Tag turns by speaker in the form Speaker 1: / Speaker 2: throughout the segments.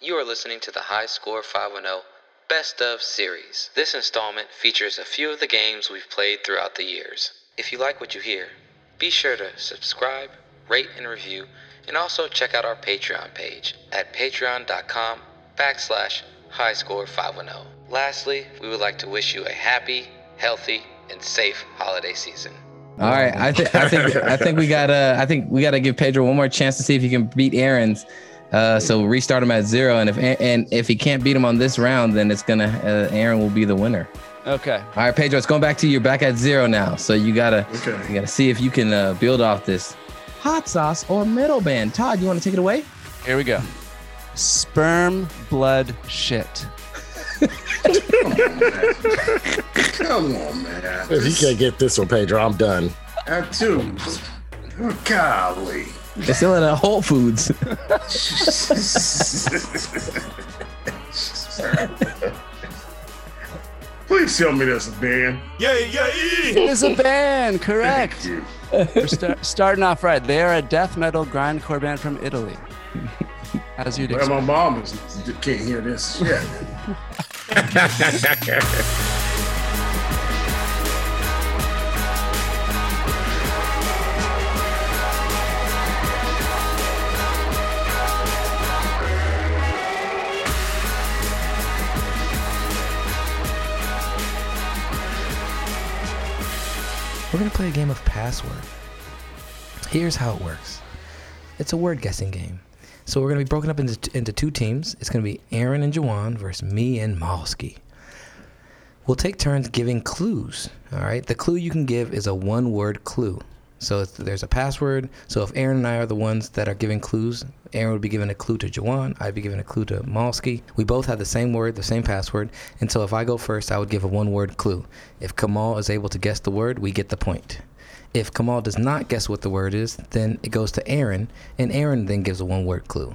Speaker 1: You are listening to the High Score 510 Best of series. This installment features a few of the games we've played throughout the years. If you like what you hear, be sure to subscribe, rate, and review, and also check out our Patreon page at patreon.com backslash highscore510. Lastly, we would like to wish you a happy, healthy, and safe holiday season.
Speaker 2: All right, I think I think I think we gotta I think we gotta give Pedro one more chance to see if he can beat Aaron's. Uh, so restart him at zero, and if and if he can't beat him on this round, then it's gonna uh, Aaron will be the winner.
Speaker 3: Okay.
Speaker 2: All right, Pedro, it's going back to you. You're back at zero now, so you gotta
Speaker 4: Okay.
Speaker 2: you gotta see if you can uh, build off this hot sauce or metal band. Todd, you want to take it away?
Speaker 3: Here we go. Sperm, blood, shit.
Speaker 4: Come on, man.
Speaker 5: If you can't get this one, Pedro, I'm done.
Speaker 4: That too. Oh, golly.
Speaker 2: It's still at uh, Whole Foods.
Speaker 4: Please tell me that's a band.
Speaker 3: It's a band,
Speaker 4: Thank
Speaker 3: correct?
Speaker 4: you.
Speaker 3: We're star- starting off right. They are a death metal grindcore band from Italy. As you'd
Speaker 4: Well,
Speaker 3: expect.
Speaker 4: my mom is, can't hear this shit.
Speaker 6: We're going to play a game of password. Here's how it works it's a word guessing game. So we're going to be broken up into, into two teams. It's going to be Aaron and Jawan versus me and Malski. We'll take turns giving clues. All right. The clue you can give is a one word clue. So it's, there's a password. So if Aaron and I are the ones that are giving clues, Aaron would be giving a clue to Jawan. I'd be giving a clue to Malski. We both have the same word, the same password. And so if I go first, I would give a one word clue. If Kamal is able to guess the word, we get the point. If Kamal does not guess what the word is, then it goes to Aaron, and Aaron then gives a one word clue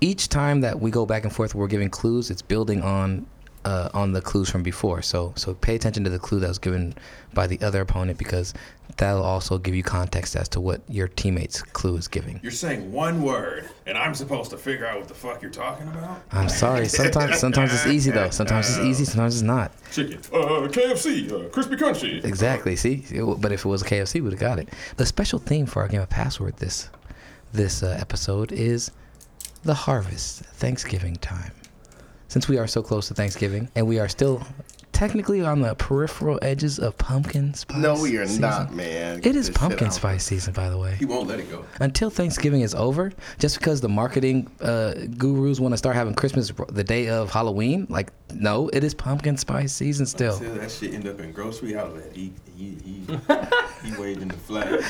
Speaker 6: each time that we go back and forth, we're giving clues. It's building on uh, on the clues from before. So so pay attention to the clue that was given by the other opponent because that'll also give you context as to what your teammate's clue is giving.
Speaker 7: You're saying one word, and I'm supposed to figure out what the fuck you're talking about?
Speaker 6: I'm sorry. Sometimes sometimes it's easy though. Sometimes it's easy. Sometimes it's not.
Speaker 7: Chicken. Uh, KFC. Uh, crispy crunchy.
Speaker 6: Exactly. See, It w- but if it was a KFC, we'd have got it. The special theme for our game of password this this uh, episode is the harvest, Thanksgiving time. Since we are so close to Thanksgiving and we are still technically on the peripheral edges of pumpkin spice.
Speaker 8: No, we are
Speaker 6: season.
Speaker 8: not, man. Get
Speaker 6: It is
Speaker 8: this shit
Speaker 6: pumpkin
Speaker 8: out.
Speaker 6: spice season, by the way
Speaker 7: He won't let it go.
Speaker 6: until Thanksgiving is over, just because the marketing uh, gurus want to start having Christmas r- the day of Halloween, like no, it is pumpkin spice season still.
Speaker 7: Till that shit end up in grocery outlet. He he he he waving the flag.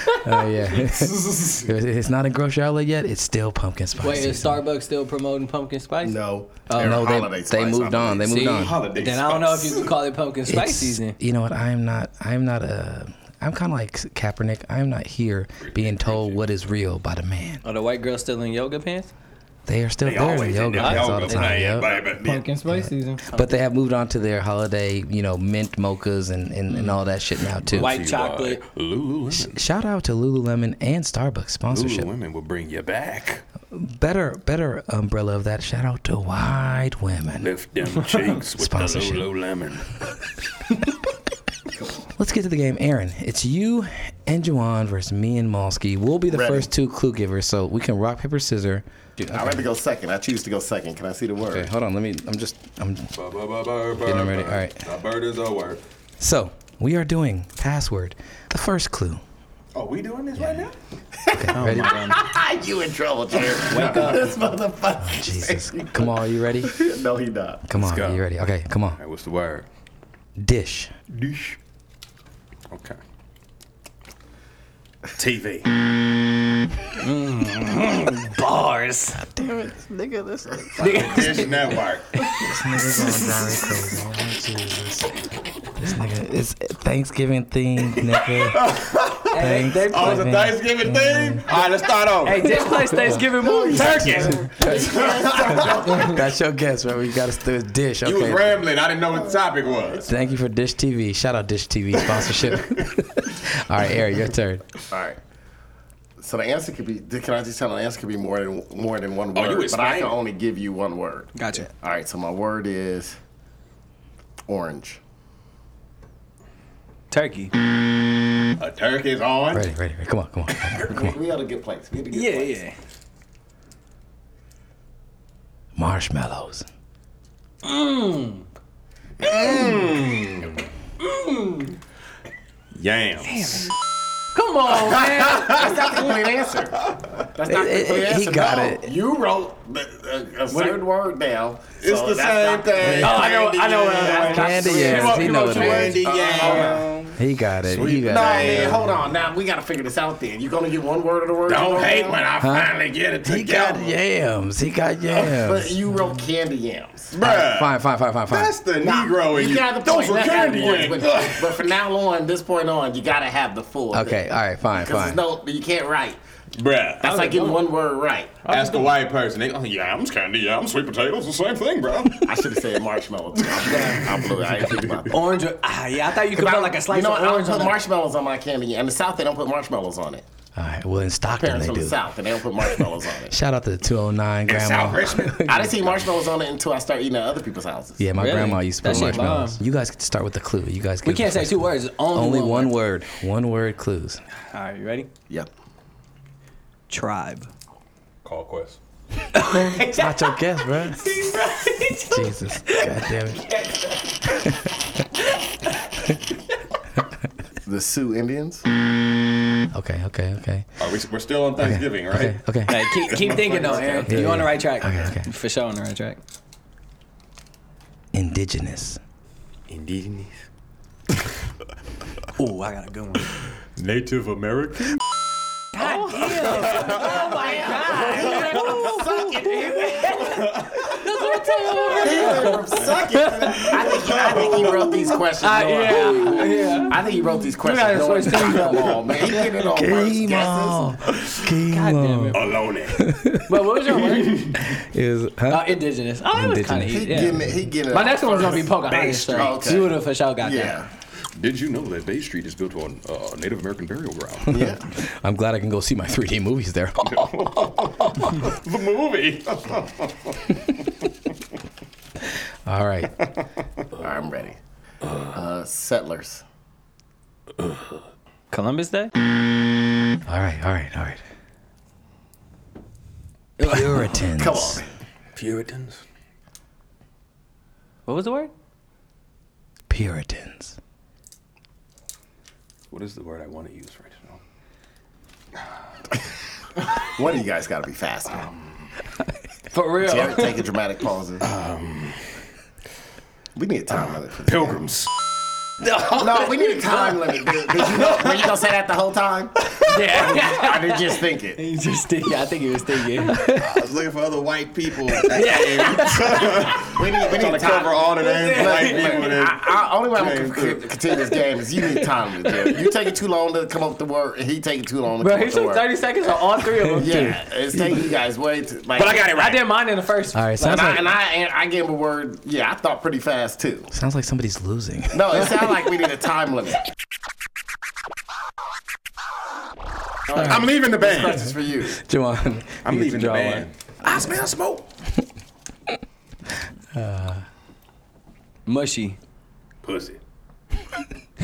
Speaker 6: Oh yeah, If it's not in grocery outlet yet. It's still pumpkin spice.
Speaker 9: Wait, is
Speaker 6: season.
Speaker 9: Starbucks still promoting pumpkin spice?
Speaker 8: No.
Speaker 9: Oh,
Speaker 8: They're
Speaker 6: no, they-
Speaker 8: holiday
Speaker 6: they
Speaker 8: spice, I
Speaker 6: moved on. They
Speaker 8: believe.
Speaker 6: moved
Speaker 9: See?
Speaker 6: on.
Speaker 7: Holiday
Speaker 9: Then I don't know if
Speaker 7: spice.
Speaker 9: you can call it pumpkin spice
Speaker 6: It's-
Speaker 9: season.
Speaker 6: You know what? I'm not. I'm not Uh, I'm kind of like Kaepernick. I'm not here being told what is real by the man.
Speaker 9: Are Oh, the white girls still in yoga pants?
Speaker 6: They are still there in yoga
Speaker 9: that
Speaker 6: pants all
Speaker 9: yoga
Speaker 6: the time.
Speaker 9: pants,
Speaker 6: Yep.
Speaker 7: Pumpkin.
Speaker 10: Pumpkin spice season.
Speaker 6: But they have moved on to their holiday, you know, mint mochas and, and, and all that shit now too.
Speaker 9: White chocolate.
Speaker 7: Lululemon.
Speaker 6: Shout out to Lululemon and Starbucks sponsorship.
Speaker 7: Lululemon will bring you back.
Speaker 6: Better, better umbrella of that. Shout out to Wide Women.
Speaker 7: Lift them cheeks with the
Speaker 6: Sponsorship.
Speaker 7: Lululemon.
Speaker 6: Let's get to the game, Aaron. It's you and Juwan versus me and Malski. We'll be the
Speaker 8: Ready.
Speaker 6: first two clue givers, so we can rock paper scissor.
Speaker 8: I'd rather go second. I choose to go second. Can I see the word?
Speaker 6: Okay, hold on. Let me. I'm just. I'm.
Speaker 7: Getting
Speaker 6: ready. All right.
Speaker 7: A bird is a word.
Speaker 6: So we are doing password. The first clue.
Speaker 7: Oh, we doing this right now? Oh
Speaker 6: Ready?
Speaker 8: you in trouble, Jared. Wake up. this motherfucker.
Speaker 6: Jesus. Come on. Are you ready?
Speaker 8: No, he not.
Speaker 6: Come on.
Speaker 7: go.
Speaker 6: Are you ready? Okay. Come on.
Speaker 7: All right, what's the word?
Speaker 6: Dish.
Speaker 7: Dish. Okay. TV.
Speaker 6: Mm.
Speaker 9: Bars.
Speaker 7: Dish Network.
Speaker 6: This nigga. It's Thanksgiving theme, nigga. Thanksgiving.
Speaker 7: Oh, it's a Thanksgiving theme? All right, let's start over.
Speaker 9: Hey, this place Thanksgiving movie.
Speaker 7: Turkey.
Speaker 6: That's your guess, right? We got to do a dish.
Speaker 7: You was
Speaker 6: Okay.
Speaker 7: rambling. I didn't know what the topic was.
Speaker 6: Thank you for Dish TV. Shout out Dish TV sponsorship. All right, Eric, your turn.
Speaker 8: All right. So the answer could be. Can I just tell? you The answer could be more than more than one
Speaker 7: Oh,
Speaker 8: word.
Speaker 7: you
Speaker 8: but I
Speaker 7: explain.
Speaker 8: can only give you one word.
Speaker 4: Gotcha.
Speaker 8: All right. So my word is orange.
Speaker 4: Turkey.
Speaker 7: A turkey is on.
Speaker 6: Ready, ready, ready. Come on, come on. come on.
Speaker 8: We, we had a good place. We had a good
Speaker 4: Yeah,
Speaker 8: place.
Speaker 4: yeah.
Speaker 6: Marshmallows.
Speaker 7: Mmm. Yams.
Speaker 4: Come on, man.
Speaker 8: That's not the complete answer. That's not the
Speaker 6: It-
Speaker 8: complete
Speaker 6: it- he
Speaker 8: answer.
Speaker 6: got
Speaker 8: no.
Speaker 6: it.
Speaker 8: You wrote a, a, a certain word down.
Speaker 7: It's
Speaker 8: so
Speaker 7: the
Speaker 8: that's
Speaker 7: same
Speaker 8: not the-
Speaker 7: thing.
Speaker 8: Oh, I know. I know. what it
Speaker 7: Candy
Speaker 6: Candy
Speaker 8: is. Sweet-
Speaker 6: yams.
Speaker 8: Come on,
Speaker 6: He
Speaker 8: come
Speaker 6: know
Speaker 8: on,
Speaker 6: what it
Speaker 8: sweet-
Speaker 6: is.
Speaker 7: Candy
Speaker 4: Oh,
Speaker 7: yams.
Speaker 6: He got it. He
Speaker 7: Sweet
Speaker 8: Uh, No,
Speaker 6: got it.
Speaker 8: man, hold on. Now we gotta figure this out. Then you gonna get one word of the word. you
Speaker 7: Don't
Speaker 8: wrote
Speaker 7: hate
Speaker 8: down?
Speaker 7: when I finally get it
Speaker 6: He got
Speaker 7: together. Oh,
Speaker 6: yams. He got
Speaker 8: Oh, But
Speaker 6: yams.
Speaker 8: you wrote candy yams.
Speaker 7: Bruh.
Speaker 6: Fine, fine, fine, fine, fine.
Speaker 7: That's the Negro in
Speaker 8: you
Speaker 7: you.
Speaker 8: got the
Speaker 7: Those
Speaker 8: point.
Speaker 7: were
Speaker 8: That's how it
Speaker 7: candy
Speaker 8: was,
Speaker 7: yams.
Speaker 8: But, but from now on, this point on, you gotta have the full.
Speaker 6: Okay, all right, fine,
Speaker 8: Because
Speaker 6: fine.
Speaker 8: no, you can't write.
Speaker 7: Bruh.
Speaker 8: That's like getting one word right.
Speaker 7: Ask a white person. They go, yams, candy yams, sweet potatoes, the same thing, bro.
Speaker 8: I should have said marshmallow. too. I blew it. I didn't think about that.
Speaker 4: Orange. or- Ah, yeah, I thought you could put like a slice
Speaker 8: you know,
Speaker 4: of
Speaker 8: what? I don't
Speaker 4: orange
Speaker 8: put
Speaker 4: on it.
Speaker 8: marshmallows on my candy. In the South, they don't put marshmallows on it.
Speaker 6: All right, well, in Stockton,
Speaker 8: Parents
Speaker 6: they
Speaker 8: from the
Speaker 6: do.
Speaker 8: South, and they don't put marshmallows on it.
Speaker 6: Shout out to the 209
Speaker 7: South
Speaker 6: grandma.
Speaker 7: Richmond.
Speaker 8: I didn't see marshmallows on it until I started eating at other people's houses.
Speaker 6: Yeah, my
Speaker 4: Really?
Speaker 6: grandma used to
Speaker 4: That
Speaker 6: put
Speaker 4: shit
Speaker 6: marshmallows.
Speaker 4: bomb.
Speaker 6: You guys could start with the clue. You guys
Speaker 4: We can't say two words.
Speaker 11: Only
Speaker 4: Only,
Speaker 11: one word.
Speaker 6: One word clues.
Speaker 4: All right, you ready?
Speaker 8: Yep.
Speaker 4: Tribe.
Speaker 7: Call Quest.
Speaker 6: It's not your guess, bro. Jesus, God damn it.
Speaker 8: The Sioux Indians.
Speaker 6: Okay, okay, okay.
Speaker 7: Are we, we're still on Thanksgiving, right?
Speaker 6: Okay, okay.
Speaker 4: Hey, keep, keep thinking though, Aaron.
Speaker 6: Yeah,
Speaker 4: You're on the
Speaker 6: yeah.
Speaker 4: right track.
Speaker 6: Okay, okay.
Speaker 4: For sure on the right track.
Speaker 6: Indigenous.
Speaker 7: Indigenous.
Speaker 4: Ooh, I got a good one.
Speaker 7: Native American.
Speaker 4: Oh,
Speaker 8: Suck it. I think, I think he wrote these questions.
Speaker 4: Uh,
Speaker 8: knowing-
Speaker 4: yeah, yeah.
Speaker 8: I think he wrote these questions.
Speaker 4: gotta
Speaker 8: knowing
Speaker 4: switch things up.
Speaker 8: Come on, man. He did it on first
Speaker 6: Game
Speaker 8: guesses.
Speaker 6: on. Game on.
Speaker 7: Alone.
Speaker 4: But what was your word?
Speaker 6: Is,
Speaker 4: Uh,
Speaker 6: huh?
Speaker 4: indigenous. Oh, that was kind of
Speaker 6: Indigenous.
Speaker 8: He
Speaker 4: easy.
Speaker 8: getting
Speaker 4: Yeah.
Speaker 8: it. He getting it.
Speaker 4: My
Speaker 8: on
Speaker 4: next one's gonna be
Speaker 8: first.
Speaker 4: Pocahontas.
Speaker 8: Street.
Speaker 7: Oh,
Speaker 4: So
Speaker 8: Okay.
Speaker 4: you would have for sure got that.
Speaker 8: Yeah.
Speaker 7: Did you know that Bay Street is built on uh, Native American burial ground?
Speaker 8: Yeah.
Speaker 6: I'm glad I can go see my 3D movies there.
Speaker 7: the movie.
Speaker 6: All right.
Speaker 8: All right, I'm ready. Uh, settlers.
Speaker 4: Columbus Day.
Speaker 6: All right, all right, all right. Puritans.
Speaker 8: Come on.
Speaker 7: Puritans.
Speaker 4: What was the word?
Speaker 6: Puritans.
Speaker 7: What is the word I want to use right now?
Speaker 8: One of you guys got to be faster.
Speaker 4: For real.
Speaker 8: Jared, take a dramatic pause. Um, we need a time limit. for this.
Speaker 7: Pilgrims.
Speaker 8: No, we need a time limit. Did, did you know, were you gonna say that the whole time?
Speaker 4: Yeah.
Speaker 8: I did just think it.
Speaker 4: He just thinking. I think he was thinking.
Speaker 7: I was looking for other white people. yeah.
Speaker 8: We need, we need
Speaker 7: Trying to cover all the names of white people. that-
Speaker 8: I, I, only way I'm
Speaker 7: Came
Speaker 8: gonna con-
Speaker 7: through.
Speaker 8: continue this game is you need time limit. Jared. You take it too long to come up with the word, and he taking too long to
Speaker 4: Bro,
Speaker 8: come
Speaker 4: he
Speaker 8: up with the
Speaker 4: took
Speaker 8: word.
Speaker 4: 30 seconds on all three of them.
Speaker 8: yeah, it's taking you guys way too. Like,
Speaker 7: But I got it
Speaker 4: I
Speaker 7: right.
Speaker 4: did mine in the first.
Speaker 6: All right, sounds
Speaker 8: And I,
Speaker 6: like,
Speaker 8: and I and I gave him a word. Yeah, I thought pretty fast too.
Speaker 6: sounds like somebody's losing.
Speaker 8: No, it sounded like we need a time limit.
Speaker 7: I'm leaving the band.
Speaker 8: This is for you.
Speaker 6: Juwan.
Speaker 7: I'm
Speaker 6: you
Speaker 7: leaving the
Speaker 6: get to draw one.
Speaker 7: band. I smell smoke.
Speaker 4: Uh, Mushy.
Speaker 7: Pussy.
Speaker 4: I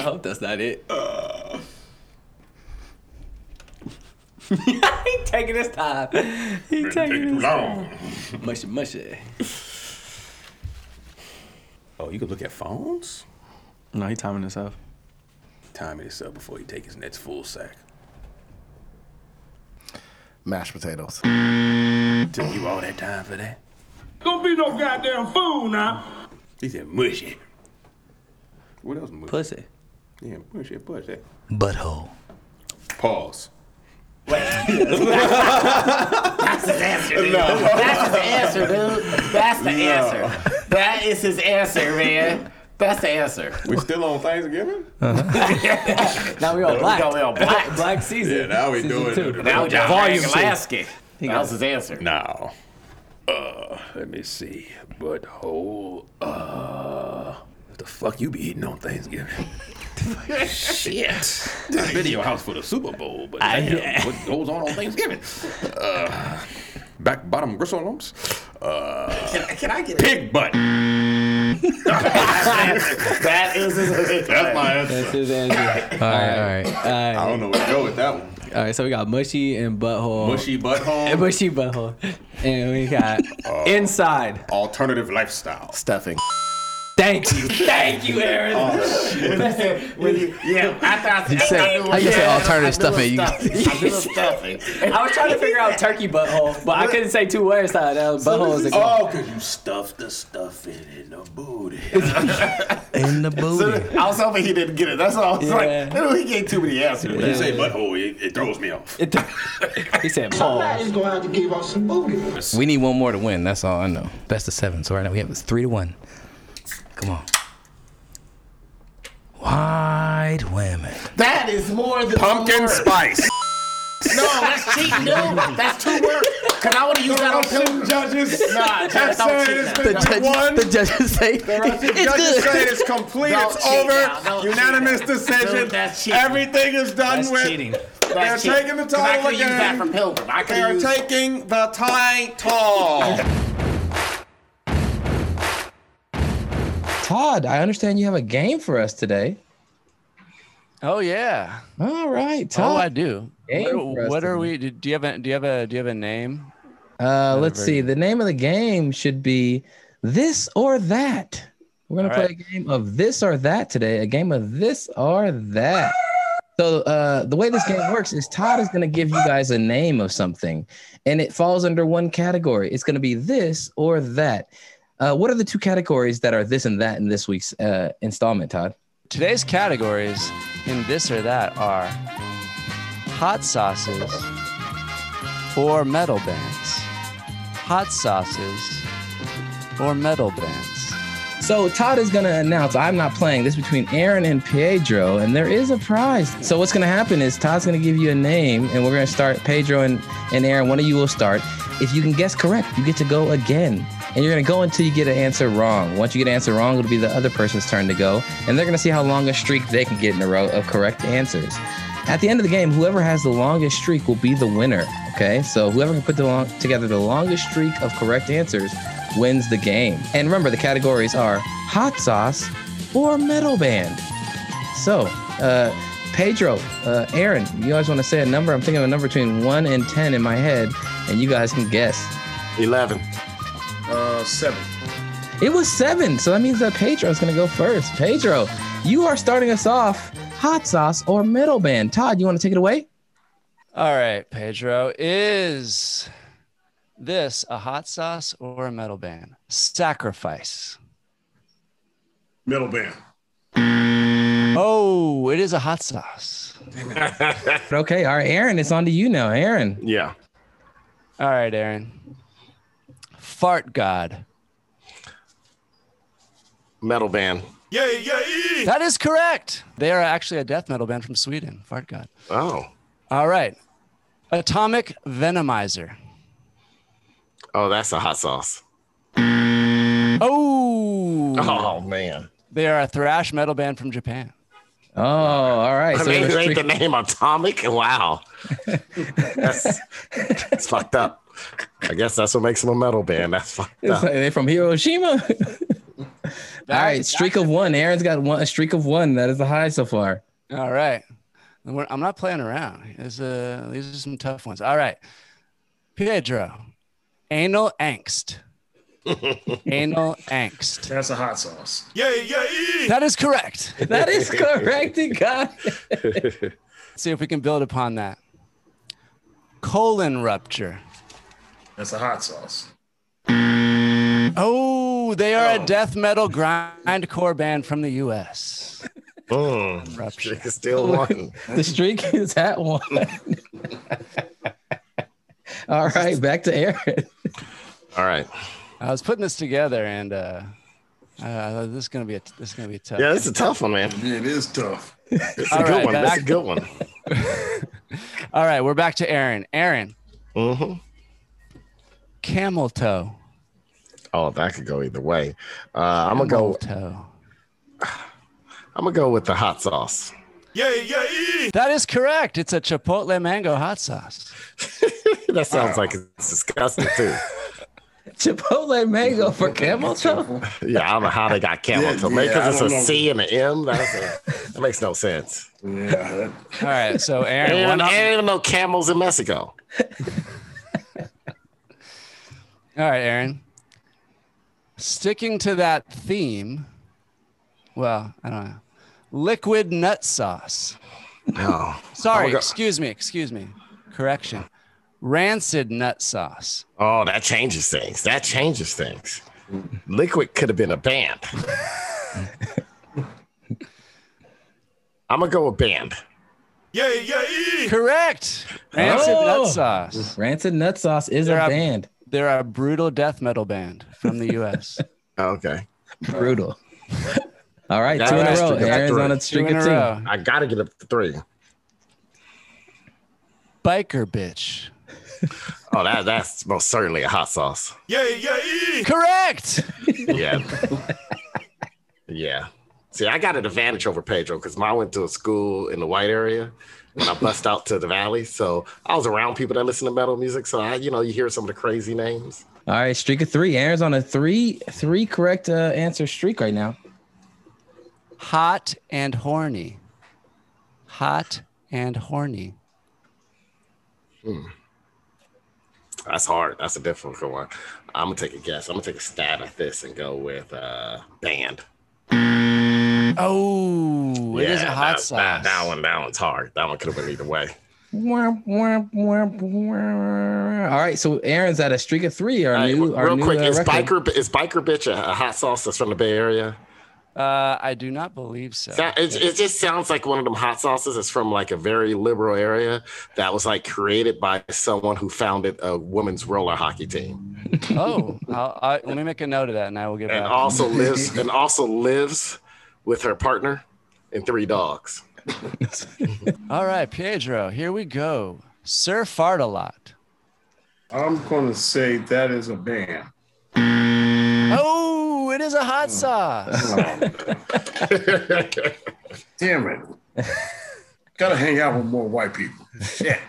Speaker 4: hope that's not it.
Speaker 7: Uh.
Speaker 4: he taking his time. He taking his
Speaker 7: long.
Speaker 4: mushy mushy.
Speaker 7: Oh, you could look at phones?
Speaker 4: No, he timing himself.
Speaker 7: Time it up before he take his next full sack.
Speaker 8: Mashed potatoes.
Speaker 7: Took you all that time for that?
Speaker 12: Don't be no goddamn fool now.
Speaker 7: He said mushy. What else mushy?
Speaker 4: Pussy.
Speaker 7: Yeah, mushy, pussy.
Speaker 6: Butthole.
Speaker 7: Pause.
Speaker 8: That's the answer, dude. That's the answer. That is his answer, man. That's the answer.
Speaker 7: We still on Thanksgiving?
Speaker 4: Now we all black.
Speaker 8: We all black.
Speaker 4: Black season.
Speaker 7: Yeah, now we
Speaker 4: Season
Speaker 7: doing
Speaker 4: two.
Speaker 7: it.
Speaker 8: Now we got Volume
Speaker 4: two.
Speaker 8: Alaska. That was his answer.
Speaker 7: Now, uh, let me see. Butthole, uh, the fuck you be eating on Thanksgiving? Shit. I've been to your house for the Super Bowl, but
Speaker 9: I-
Speaker 7: damn, what goes on on Thanksgiving? Uh, back bottom gristle lumps. Uh,
Speaker 13: Can, I- can I get
Speaker 7: pig butt.
Speaker 13: that is his
Speaker 7: That's my
Speaker 9: That's
Speaker 7: answer.
Speaker 9: his answer.
Speaker 14: All right, all right.
Speaker 7: I don't know where to go with that one.
Speaker 14: All right, so we got mushy and butthole.
Speaker 7: Mushy
Speaker 14: And
Speaker 7: butthole. Uh,
Speaker 14: bushy butthole. And we got inside.
Speaker 7: Alternative lifestyle.
Speaker 9: Stuffing.
Speaker 14: Thank you.
Speaker 13: Thank you, Aaron. When you- yeah, I thought I,
Speaker 6: said-
Speaker 13: thought it
Speaker 6: I
Speaker 13: was-
Speaker 6: just said
Speaker 13: yeah,
Speaker 6: alternative
Speaker 13: I knew
Speaker 6: stuffing.
Speaker 13: it was stuffing. I knew
Speaker 6: You-
Speaker 13: it was stuffing.
Speaker 14: I was trying to figure out turkey butthole, but I couldn't say two words out of that. Butthole is a
Speaker 7: Oh, because you stuffed the stuff in in the booty.
Speaker 6: in the booty.
Speaker 13: I was hoping he didn't get it. That's all. I was
Speaker 14: Yeah.
Speaker 13: like, "Ooh, he gave too many answers.
Speaker 7: When you say butthole, it, it throws me off.
Speaker 14: It, he said pause.
Speaker 10: going to have to give up some booty.
Speaker 6: We need one more to win. That's all I know. Best of seven. So right now we have it's three to one. Come on. White women.
Speaker 13: That is more than
Speaker 7: Pumpkin
Speaker 13: one word.
Speaker 7: spice.
Speaker 13: No, that's cheating, dude. That's two words. Cause I want to use that on two judges. Nah, judges don't cheat. now.
Speaker 6: The judges, the judges say it's good.
Speaker 7: it's complete.
Speaker 13: Don't it's cheat over, now, don't cheat unanimous now. decision, Dude, that's cheating. everything
Speaker 7: is done
Speaker 14: That's cheating.
Speaker 13: That's
Speaker 7: They're
Speaker 13: cheating.
Speaker 7: taking the
Speaker 13: 'Cause I
Speaker 7: title
Speaker 13: could use that
Speaker 7: again.
Speaker 13: from Pilgrim. I could use.
Speaker 7: taking the title.
Speaker 6: Todd, I understand you have a game for us today.
Speaker 3: Oh yeah.
Speaker 6: All right,
Speaker 3: Oh, I
Speaker 6: Todd.
Speaker 3: do.
Speaker 6: Game
Speaker 3: What,
Speaker 6: for us
Speaker 3: what are
Speaker 6: to
Speaker 3: we? Do you have a? Do you have a? Do you have a name?
Speaker 6: uh, let's
Speaker 3: very
Speaker 6: see. The name of the game should be this or that. We're gonna
Speaker 3: All
Speaker 6: play
Speaker 3: right.
Speaker 6: a game of this or that today. A game of this or that. So uh, the way this game works is Todd is gonna give you guys a name of something, and it falls under one category. It's gonna be this or that. Uh, what are the two categories that are this and that in this week's uh, installment, Todd?
Speaker 3: Today's categories in this or that are hot sauces or metal bands. Hot sauces or metal bands.
Speaker 6: So Todd is going to announce I'm not playing this between Aaron and Pedro, and there is a prize. So what's going to happen is Todd's going to give you a name, and we're going to start Pedro and, and Aaron. One of you will start. If you can guess correct, you get to go again, and you're going to go until you get an answer wrong. Once you get an answer wrong, it'll be the other person's turn to go, and they're going to see how long a streak they can get in a row of correct answers. At the end of the game, whoever has the longest streak will be the winner. Okay, so whoever can put the long- together the longest streak of correct answers wins the game. And remember, the categories are hot sauce or metal band. So, uh, Pedro, uh, Aaron, you guys want to say a number? I'm thinking of a number between one and ten in my head, and you guys can guess.
Speaker 8: 11.
Speaker 15: Uh, seven.
Speaker 6: It was seven, so that means that Pedro's gonna go first. Pedro, you are starting us off. Hot sauce or metal band? Todd, you want to take it away?
Speaker 3: All right, Pedro. Is this a hot sauce or a metal band? Sacrifice.
Speaker 15: Middle band.
Speaker 3: Oh, it is a hot sauce.
Speaker 6: Okay, all right, Aaron, it's on to you now. Aaron,
Speaker 8: Yeah.
Speaker 3: All right, Aaron. Fart God.
Speaker 8: Metal band.
Speaker 3: That is correct. They are actually a death metal band from Sweden. Fart God.
Speaker 8: Oh.
Speaker 3: All right. Atomic Venomizer.
Speaker 8: Oh, that's a hot sauce.
Speaker 6: Mm.
Speaker 3: Oh,
Speaker 8: Oh, man.
Speaker 3: they are a thrash metal band from Japan.
Speaker 6: Oh, all right.
Speaker 8: I
Speaker 6: So it
Speaker 8: mean, it
Speaker 6: was
Speaker 8: ain't the
Speaker 6: three-
Speaker 8: name Atomic. Wow. that's, that's fucked up. I guess that's what makes them a metal band. That's fucked
Speaker 6: it's
Speaker 8: up.
Speaker 6: like they're from Hiroshima. all right, streak of one. Aaron's got one a streak of one. That is the high so far.
Speaker 3: All right. And we're- I'm not playing around. It's, uh, these are some tough ones. All right. Pedro, anal angst. anal angst.
Speaker 15: That's a hot sauce.
Speaker 3: That is correct.
Speaker 6: That is correct. He got it.
Speaker 3: Let's see if we can build upon that. Colon rupture.
Speaker 15: That's a hot sauce.
Speaker 3: Oh, they are a death metal grindcore band from the U.S.
Speaker 8: Mm.
Speaker 3: Rupture.
Speaker 8: It's Still one.
Speaker 6: Oh. The streak is at one. all right, back to Aaron.
Speaker 8: All right.
Speaker 3: I was putting this together, and uh, uh, this is gonna be a, this is gonna be tough.
Speaker 8: Yeah, it's a tough one, man.
Speaker 15: Yeah, it is tough.
Speaker 8: It's
Speaker 3: All
Speaker 8: a good
Speaker 3: right,
Speaker 8: one. That's a
Speaker 3: back-
Speaker 8: good one.
Speaker 3: All right, we're back to Aaron. Aaron,
Speaker 8: hmm
Speaker 3: camel toe.
Speaker 8: Oh, that could go either way. Uh, I'm
Speaker 3: Camel
Speaker 8: gonna go
Speaker 3: toe.
Speaker 8: I'm gonna go with the hot sauce.
Speaker 3: Yay, yay! That is correct. It's a Chipotle mango hot sauce.
Speaker 8: that sounds like it's disgusting too.
Speaker 6: Chipotle mango for camel toe.
Speaker 8: Yeah, I don't know how they got camel
Speaker 6: Yeah,
Speaker 8: toe. Maybe
Speaker 6: yeah, I
Speaker 8: because it's
Speaker 6: don't
Speaker 8: a
Speaker 6: know.
Speaker 8: C and an M. That's a, that makes no sense.
Speaker 15: Yeah.
Speaker 3: All right, so Aaron,
Speaker 8: Aaron,
Speaker 3: one up.
Speaker 8: Aaron no camels in Mexico.
Speaker 3: All right, Aaron. Sticking to that theme, well, I don't know. Liquid nut sauce.
Speaker 8: No.
Speaker 3: Sorry,
Speaker 8: Oh, God.
Speaker 3: excuse me, excuse me. Correction. Rancid nut sauce.
Speaker 8: Oh, that changes things. That changes things. Liquid could have been a band. I'm gonna go with band.
Speaker 3: Yay, yay! Correct. Rancid
Speaker 6: Oh.
Speaker 3: nut sauce.
Speaker 6: Rancid nut sauce is
Speaker 3: They're
Speaker 6: a
Speaker 3: a-
Speaker 6: band.
Speaker 3: They're a brutal death metal band from the U.S.
Speaker 8: Oh, Okay.
Speaker 6: Brutal. All right,
Speaker 8: Got
Speaker 6: two in a
Speaker 8: that
Speaker 6: row.
Speaker 8: streak of
Speaker 6: Aaron's
Speaker 8: three.
Speaker 6: on a streak
Speaker 3: in
Speaker 6: of
Speaker 3: a
Speaker 6: two.
Speaker 3: row.
Speaker 8: I gotta get up to three.
Speaker 3: Biker bitch.
Speaker 8: Oh, that that's most certainly a hot sauce.
Speaker 3: Yay, yay! Correct.
Speaker 8: Yeah. yeah. See, I got an advantage over Pedro because I went to a school in the white area when I bust out to the valley. So I was around people that listen to metal music. So I, you know, you hear some of the crazy names.
Speaker 6: All right, streak of three. Aaron's on a three three correct uh, answer streak right now.
Speaker 3: Hot and horny. Hot and horny.
Speaker 8: Hmm. That's hard. That's a difficult one. I'm gonna take a guess. I'm gonna take a stab at this and go with uh band.
Speaker 3: Oh, it is a hot
Speaker 8: that,
Speaker 3: sauce.
Speaker 8: That, that one, that one's hard. That one could have been either way.
Speaker 6: Womp, womp, womp, womp. All right, so Aaron's at a streak of three. Our
Speaker 8: Hey,
Speaker 6: new, our
Speaker 8: real
Speaker 6: new,
Speaker 8: quick,
Speaker 6: uh,
Speaker 8: is
Speaker 6: record.
Speaker 8: biker is biker bitch a, a hot sauce that's from the Bay Area?
Speaker 3: Uh, I do not believe so.
Speaker 8: That- It, it just sounds like one of them hot sauces is from like a very liberal area that was like created by someone who founded a women's roller hockey team
Speaker 3: oh, I'll, I, let me make a note of that, and I will get
Speaker 8: and
Speaker 3: back.
Speaker 8: also lives and also lives with her partner and three dogs.
Speaker 3: All right, Pedro, here we go. Sir Fart a lot.
Speaker 15: I'm gonna say that is a band.
Speaker 3: Oh, it is a
Speaker 8: Mm.
Speaker 3: hot sauce.
Speaker 8: Oh.
Speaker 15: Damn it. Gotta hang out with more white people. Shit.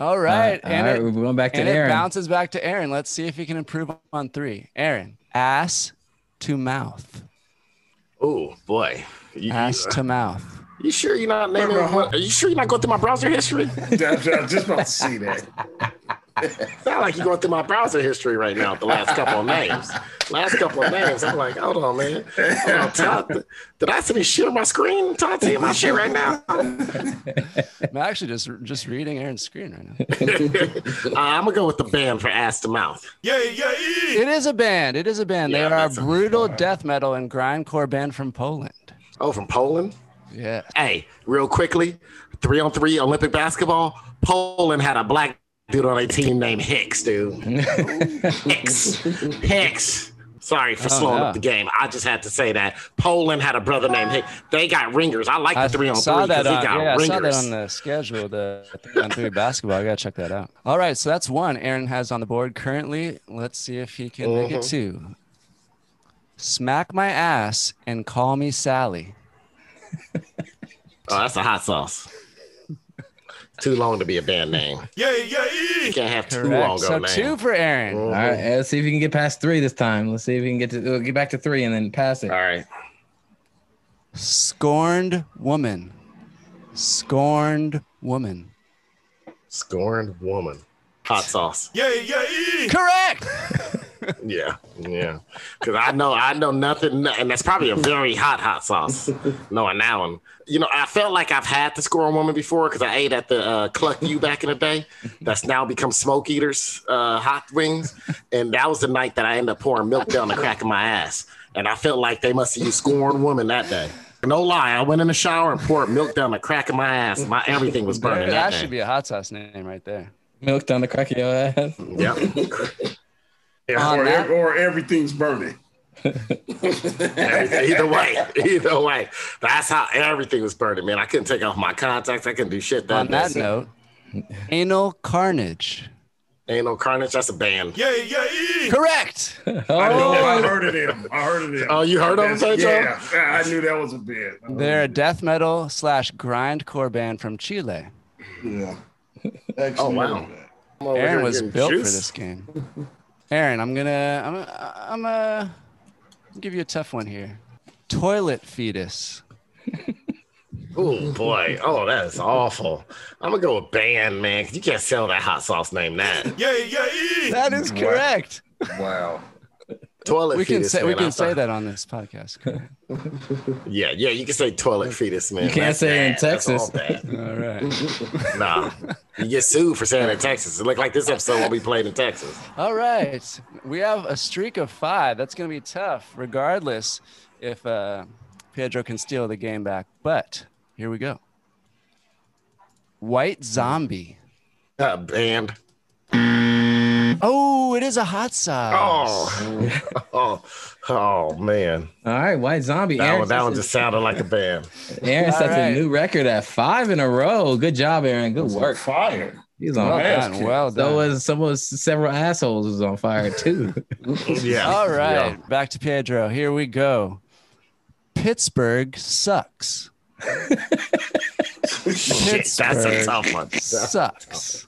Speaker 3: All right,
Speaker 15: Uh,
Speaker 3: and
Speaker 15: all
Speaker 3: it,
Speaker 15: right, we're going back to
Speaker 3: and
Speaker 15: Aaron.
Speaker 3: it bounces back to Aaron. Let's see if he can improve on three. Aaron, ass to mouth.
Speaker 8: Oh boy, you, uh,
Speaker 3: Ass to mouth.
Speaker 8: you sure you're not naming? what- Are you sure you're not going through my browser history?
Speaker 15: I'm just about to see that.
Speaker 8: Sound like you're going through my browser history right now. The last couple of names, last couple of names. I'm like, hold on, man. Hold on, Todd, did I see any shit on my screen? Todd, see my shit right now.
Speaker 3: I'm actually just just reading Aaron's screen right now.
Speaker 8: Uh, I'm gonna go with the band for ass to mouth.
Speaker 3: Yay, yay! It is a band. It is a band. they are a brutal death metal and grindcore band from Poland.
Speaker 8: Oh, from Poland.
Speaker 3: Yeah.
Speaker 8: Hey, real quickly, three on three Olympic basketball. Poland had a black dude on a team named Hicks, dude. Hicks. Hicks. Sorry for
Speaker 7: Oh,
Speaker 8: slowing
Speaker 7: no.
Speaker 8: up the game. I just had to say that Poland had a brother named Hicks. They got ringers. I like the three on three
Speaker 3: saw
Speaker 8: because they
Speaker 3: that on,
Speaker 8: got
Speaker 3: yeah, I
Speaker 8: ringers.
Speaker 3: saw that on the schedule, the three on three basketball. I gotta check that out. All right, so that's one Aaron has on the board currently. Let's see if he can make it
Speaker 8: Mhm.
Speaker 3: two. Smack my ass and call me Sally.
Speaker 8: Oh, that's a hot sauce. Too long to be a band name.
Speaker 3: Yay, yay!
Speaker 8: You can't have too
Speaker 6: Correct.
Speaker 8: long of
Speaker 6: So
Speaker 8: a name.
Speaker 6: two
Speaker 3: for
Speaker 8: Mm-hmm.
Speaker 3: Aaron.
Speaker 6: All right, let's see if you can get past three this time. Let's see if you can get to uh, get back to three and then pass it. All
Speaker 8: right.
Speaker 3: Scorned woman. Scorned woman.
Speaker 8: Scorned woman. Hot sauce.
Speaker 3: Yay, yay! Correct!
Speaker 8: Yeah, yeah. Because I know, I know nothing, and that's probably a very hot hot sauce. Knowing that one, you know, I felt like I've had the squirrel woman before because I ate at the uh, Cluck U back in the day. That's now become Smoke Eaters uh, hot wings, and that was the night that I ended up pouring milk down the crack of my ass, and I felt like they must have used scorn woman that day. No lie, I went in the shower and poured milk down the crack of my ass. My everything was burning.
Speaker 3: That,
Speaker 8: That day.
Speaker 3: should be a hot sauce name right there.
Speaker 6: Milk down the crack of your ass.
Speaker 8: Yep.
Speaker 15: Yeah,
Speaker 6: Oh,
Speaker 3: On
Speaker 15: or,
Speaker 3: that-
Speaker 15: or everything's burning.
Speaker 8: Everything- either way, either way, that's how everything was burning, man. I couldn't take off my contacts. I couldn't do shit. That
Speaker 3: On that
Speaker 8: day.
Speaker 3: note, anal carnage.
Speaker 8: Ain't no carnage. That's a band.
Speaker 16: Yeah, yeah, yeah.
Speaker 3: Correct.
Speaker 6: Oh.
Speaker 16: I know. I heard of them. I heard of them.
Speaker 8: Oh, you heard of them,
Speaker 16: That's-
Speaker 8: Tejo?
Speaker 16: Yeah, yeah, I knew that was a band.
Speaker 3: They're a death metal slash grindcore band from Chile.
Speaker 16: Yeah.
Speaker 8: Oh wow. I'm over
Speaker 3: Aaron
Speaker 8: here
Speaker 3: was
Speaker 8: getting
Speaker 3: built for
Speaker 8: juice.
Speaker 3: this game. Aaron, I'm gonna, I'm, I'm, uh, give you a tough one here. Toilet fetus.
Speaker 8: Oh boy. Oh, that is awful. I'm gonna go with band, man. 'cause You can't sell that hot sauce name that.
Speaker 16: Yeah, yeah, yeah.
Speaker 3: That is
Speaker 8: Wow.
Speaker 3: correct.
Speaker 16: Wow.
Speaker 8: Toilet
Speaker 3: We can
Speaker 8: fetus,
Speaker 3: say, we
Speaker 8: man.
Speaker 3: can
Speaker 8: I'm
Speaker 3: say
Speaker 8: sorry.
Speaker 3: that on this podcast. correct?
Speaker 8: Yeah, yeah, you can say toilet fetus, man.
Speaker 6: You can't
Speaker 8: That's
Speaker 6: say it in
Speaker 8: bad. That's all
Speaker 6: Texas.
Speaker 8: bad.
Speaker 3: All right.
Speaker 8: nah. You get sued for saying it in Texas. It looked like this episode will be played in Texas.
Speaker 3: All right. We have a streak of five. That's going to be tough, regardless if uh, Pedro can steal the game back. But here we go. White Zombie.
Speaker 8: Uh, band.
Speaker 3: Oh, it is a hot sauce.
Speaker 8: Oh, oh, oh man.
Speaker 6: All right, White Zombie.
Speaker 8: That
Speaker 6: Aaron,
Speaker 8: one, that one just sounded like a band.
Speaker 6: Aaron
Speaker 3: All
Speaker 6: sets
Speaker 3: right.
Speaker 6: a new record at five in a row. Good job, Aaron. Good work.
Speaker 16: Fire.
Speaker 6: He's
Speaker 3: Well
Speaker 6: on fire.
Speaker 3: done. Well
Speaker 6: So
Speaker 3: done.
Speaker 6: was some was several assholes was on fire too.
Speaker 8: Yeah.
Speaker 3: All right.
Speaker 8: Yeah.
Speaker 3: Back to Pedro. Here we go. Pittsburgh sucks.
Speaker 8: Shit, that's a tough one.
Speaker 3: Sucks.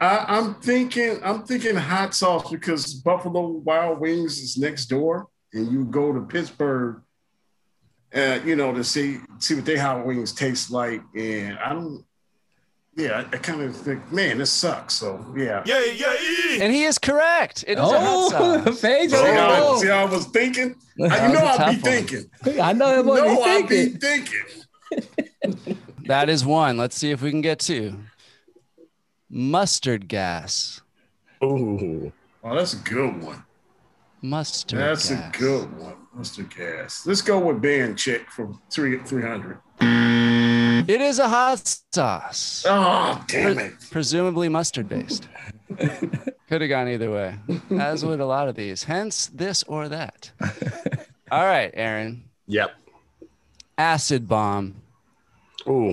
Speaker 16: I, I'm thinking I'm thinking hot sauce because Buffalo Wild Wings is next door, and you go to Pittsburgh, uh, you know, to see see what their hot wings taste like. And I don't, yeah, I, I kind of think, man, this sucks. So yeah, yeah.
Speaker 3: And he is correct. It is a hot
Speaker 6: oh,
Speaker 3: sauce.
Speaker 6: Pedro.
Speaker 16: See, how
Speaker 3: oh.
Speaker 8: Oh,
Speaker 16: I, see how I was thinking. I,
Speaker 3: That
Speaker 16: you
Speaker 3: was
Speaker 16: know,
Speaker 3: a
Speaker 16: I'd be
Speaker 3: tough one.
Speaker 16: thinking.
Speaker 6: I know that boy
Speaker 16: No, I'd
Speaker 6: be
Speaker 16: be
Speaker 6: thinking.
Speaker 16: thinking.
Speaker 3: That is one. Let's see if we can get two. Mustard gas.
Speaker 8: Ooh.
Speaker 16: Oh, that's a good one.
Speaker 3: Mustard
Speaker 16: That's
Speaker 3: gas.
Speaker 16: a good one, Mr. Gas. Let's go with band check from three three hundred.
Speaker 3: It is a hot sauce.
Speaker 8: Ah,
Speaker 16: Oh, damn it.
Speaker 3: Presumably mustard based. Could have gone either way, as would a lot of these. Hence, this or that. All right, Aaron.
Speaker 8: Yep.
Speaker 3: Acid bomb.
Speaker 8: Ooh,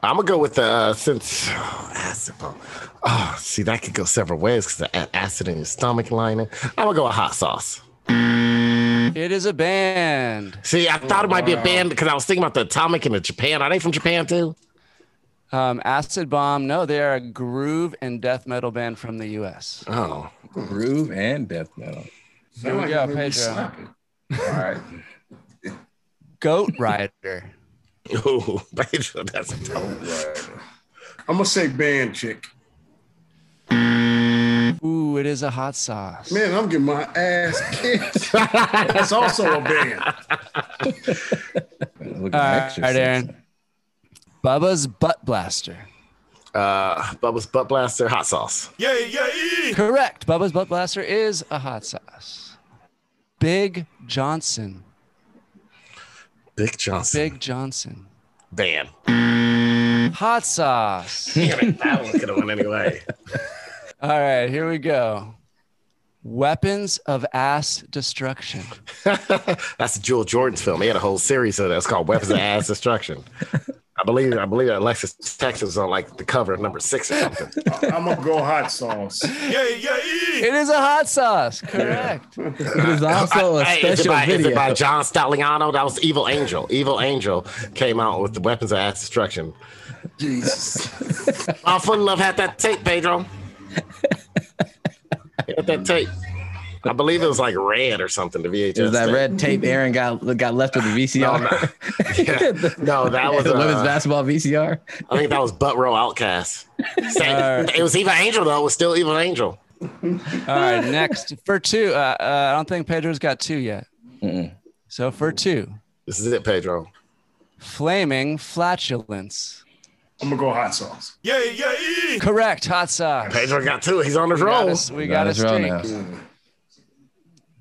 Speaker 8: I'm gonna go with the uh, since oh, acid bomb. Oh, see that could go several ways because the a- acid in your stomach lining. I'm gonna go with hot sauce.
Speaker 3: It is a band.
Speaker 8: See, I thought it might be a band because I was thinking about the atomic and the Japan. Are they from Japan too?
Speaker 3: Um, acid bomb. No, they are a groove and death metal band from the U.S.
Speaker 8: Oh,
Speaker 6: Groove and death metal.
Speaker 16: Sound
Speaker 3: we
Speaker 16: like
Speaker 3: go,
Speaker 16: you may be
Speaker 3: Pedro.
Speaker 16: slapping. All right.
Speaker 3: Goat Rider.
Speaker 8: ooh, Pedro, that's a tough. one.
Speaker 16: I'm gonna say band chick.
Speaker 3: Ooh, it is a hot sauce.
Speaker 16: Man, I'm getting my ass kicked. That's also a band.
Speaker 6: Look
Speaker 3: All
Speaker 6: at
Speaker 3: right,
Speaker 6: extra
Speaker 3: all right,
Speaker 6: sense.
Speaker 3: Aaron. Bubba's butt blaster.
Speaker 8: Uh, Bubba's butt blaster, hot sauce.
Speaker 3: Correct. Bubba's butt blaster is a hot sauce. Big Johnson.
Speaker 8: Big Johnson
Speaker 3: Big Johnson.
Speaker 8: band.
Speaker 3: Hot sauce.
Speaker 8: Damn it, that one could have went anyway.
Speaker 3: All right, here we go. Weapons of ass destruction.
Speaker 8: That's a Jewel Jordan's film. He had a whole series of that. It's called Weapons of Ass Destruction. I believe I believe that Alexis Texas on like the cover of number six or something.
Speaker 16: I'm gonna go hot sauce.
Speaker 3: It is a hot sauce. Correct.
Speaker 6: It is also a
Speaker 8: Hey, is, it
Speaker 6: special
Speaker 8: by, is it
Speaker 6: video.
Speaker 8: by John Staliano? That was Evil Angel. Evil Angel came out with the Weapons of Ass Destruction.
Speaker 16: Jesus.
Speaker 8: Oh, Fun Love had that tape, Pedro. He had that tape. I believe it was like red or something. The VHS.
Speaker 6: Is that
Speaker 8: tape.
Speaker 6: red tape Aaron got got left with the
Speaker 8: No,
Speaker 6: VCR?
Speaker 8: no. Yeah. no, that was
Speaker 6: the women's
Speaker 8: uh,
Speaker 6: basketball VCR.
Speaker 8: I think that was Butt Row Outcast. Same- It was Evil Angel though. It was Oh, still Evil Angel.
Speaker 3: All right, next for two. Uh, uh, I don't think Pedro's got two yet. So for two,
Speaker 8: This is it, Pedro.
Speaker 3: flaming flatulence.
Speaker 16: I'm gonna go hot sauce.
Speaker 3: Correct. Hot sauce.
Speaker 8: Pedro got two. He's on his
Speaker 3: We got
Speaker 8: roll.
Speaker 3: a, we got a
Speaker 6: That's wrong
Speaker 3: streak.
Speaker 6: now.